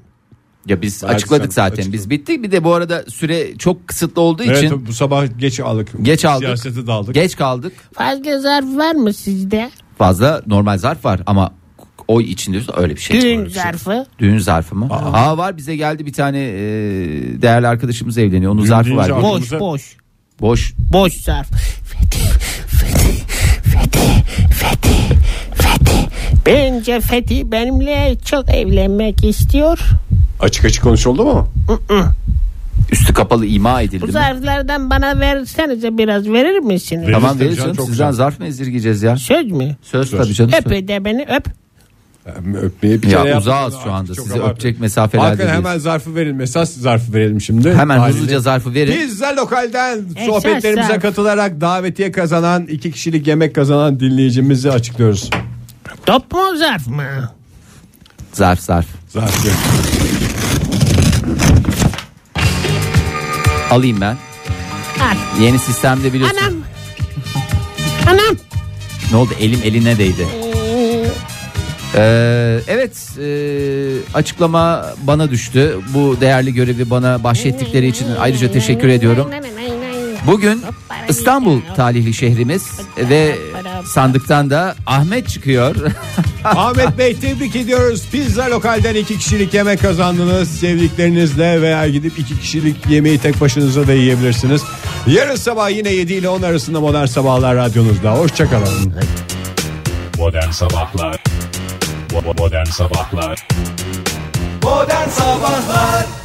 D: Ya biz
E: Belki
D: açıkladık
E: sen-
D: zaten. Biz bittik. Bir de bu arada süre çok kısıtlı olduğu
E: Evet
D: için
E: bu sabah geç aldık.
D: Geç aldık.
E: Siyasete daldık.
D: geç kaldık.
H: fazla zarf var mı sizde?
D: Fazla normal zarf var ama oy içinde öyle bir şey. yok.
H: Düğün zarfı.
D: Düğün zarfı mı? Aa. var bize geldi bir tane e, değerli arkadaşımız evleniyor. Onun zarfı
E: deyince
D: var.
E: aklıma-
H: Boş
E: Aklımıza-
H: boş.
D: Boş.
H: Boş zarf. Fethi, Fethi, Fethi, Fethi, Fethi. Bence Fethi benimle çok evlenmek istiyor.
E: Açık açık konuşuldu mu?
D: Üstü kapalı ima edildi.
H: Bu
D: mi?
H: zarflardan bana versenize biraz verir misiniz?
E: Ver-
D: Tamam
E: Tabii
D: verirsin.
E: canım,
D: Sizden
E: çok güzel.
D: zarf mı ezirgeyeceğiz ya?
H: Söz mü?
D: Söz, tabii canım. söz.
H: Öp de beni öp.
E: Ee, Öpmeye bir kere
D: Ya uzağız
E: yapmadım.
D: şu anda.
E: Çok
D: Sizi
E: abartı.
D: öpecek mesafelerde
E: Hakikaten
D: değiliz.
E: hemen zarfı verelim. Esas zarfı verelim şimdi.
D: Hemen
E: Haliyle.
D: hızlıca zarfı verin.
E: Pizza Lokal'den
H: Esas
E: sohbetlerimize
H: zarf.
E: katılarak davetiye kazanan iki kişilik yemek kazanan dinleyicimizi açıklıyoruz.
H: Top mu zarf mı?
D: Zarf zarf.
E: Zarf.
D: Alayım ben.
H: Al.
D: Yeni sistemde biliyorsun.
H: Anam. Anam.
D: Ne oldu? Elim eline değdi. Ee, evet e, açıklama bana düştü. Bu değerli görevi bana bahşettikleri için ayrıca teşekkür ediyorum. Bugün İstanbul talihli şehrimiz ve sandıktan da Ahmet çıkıyor.
E: Ahmet Bey tebrik ediyoruz. Pizza Lokal'den iki kişilik yemek kazandınız. Sevdiklerinizle veya gidip iki kişilik yemeği tek başınıza da yiyebilirsiniz. Yarın sabah yine 7 ile 10 arasında Modern Sabahlar radyonuzda. Hoşçakalın.
I: Modern Sabahlar Bo- Modern Sabahlar
G: Modern Sabahlar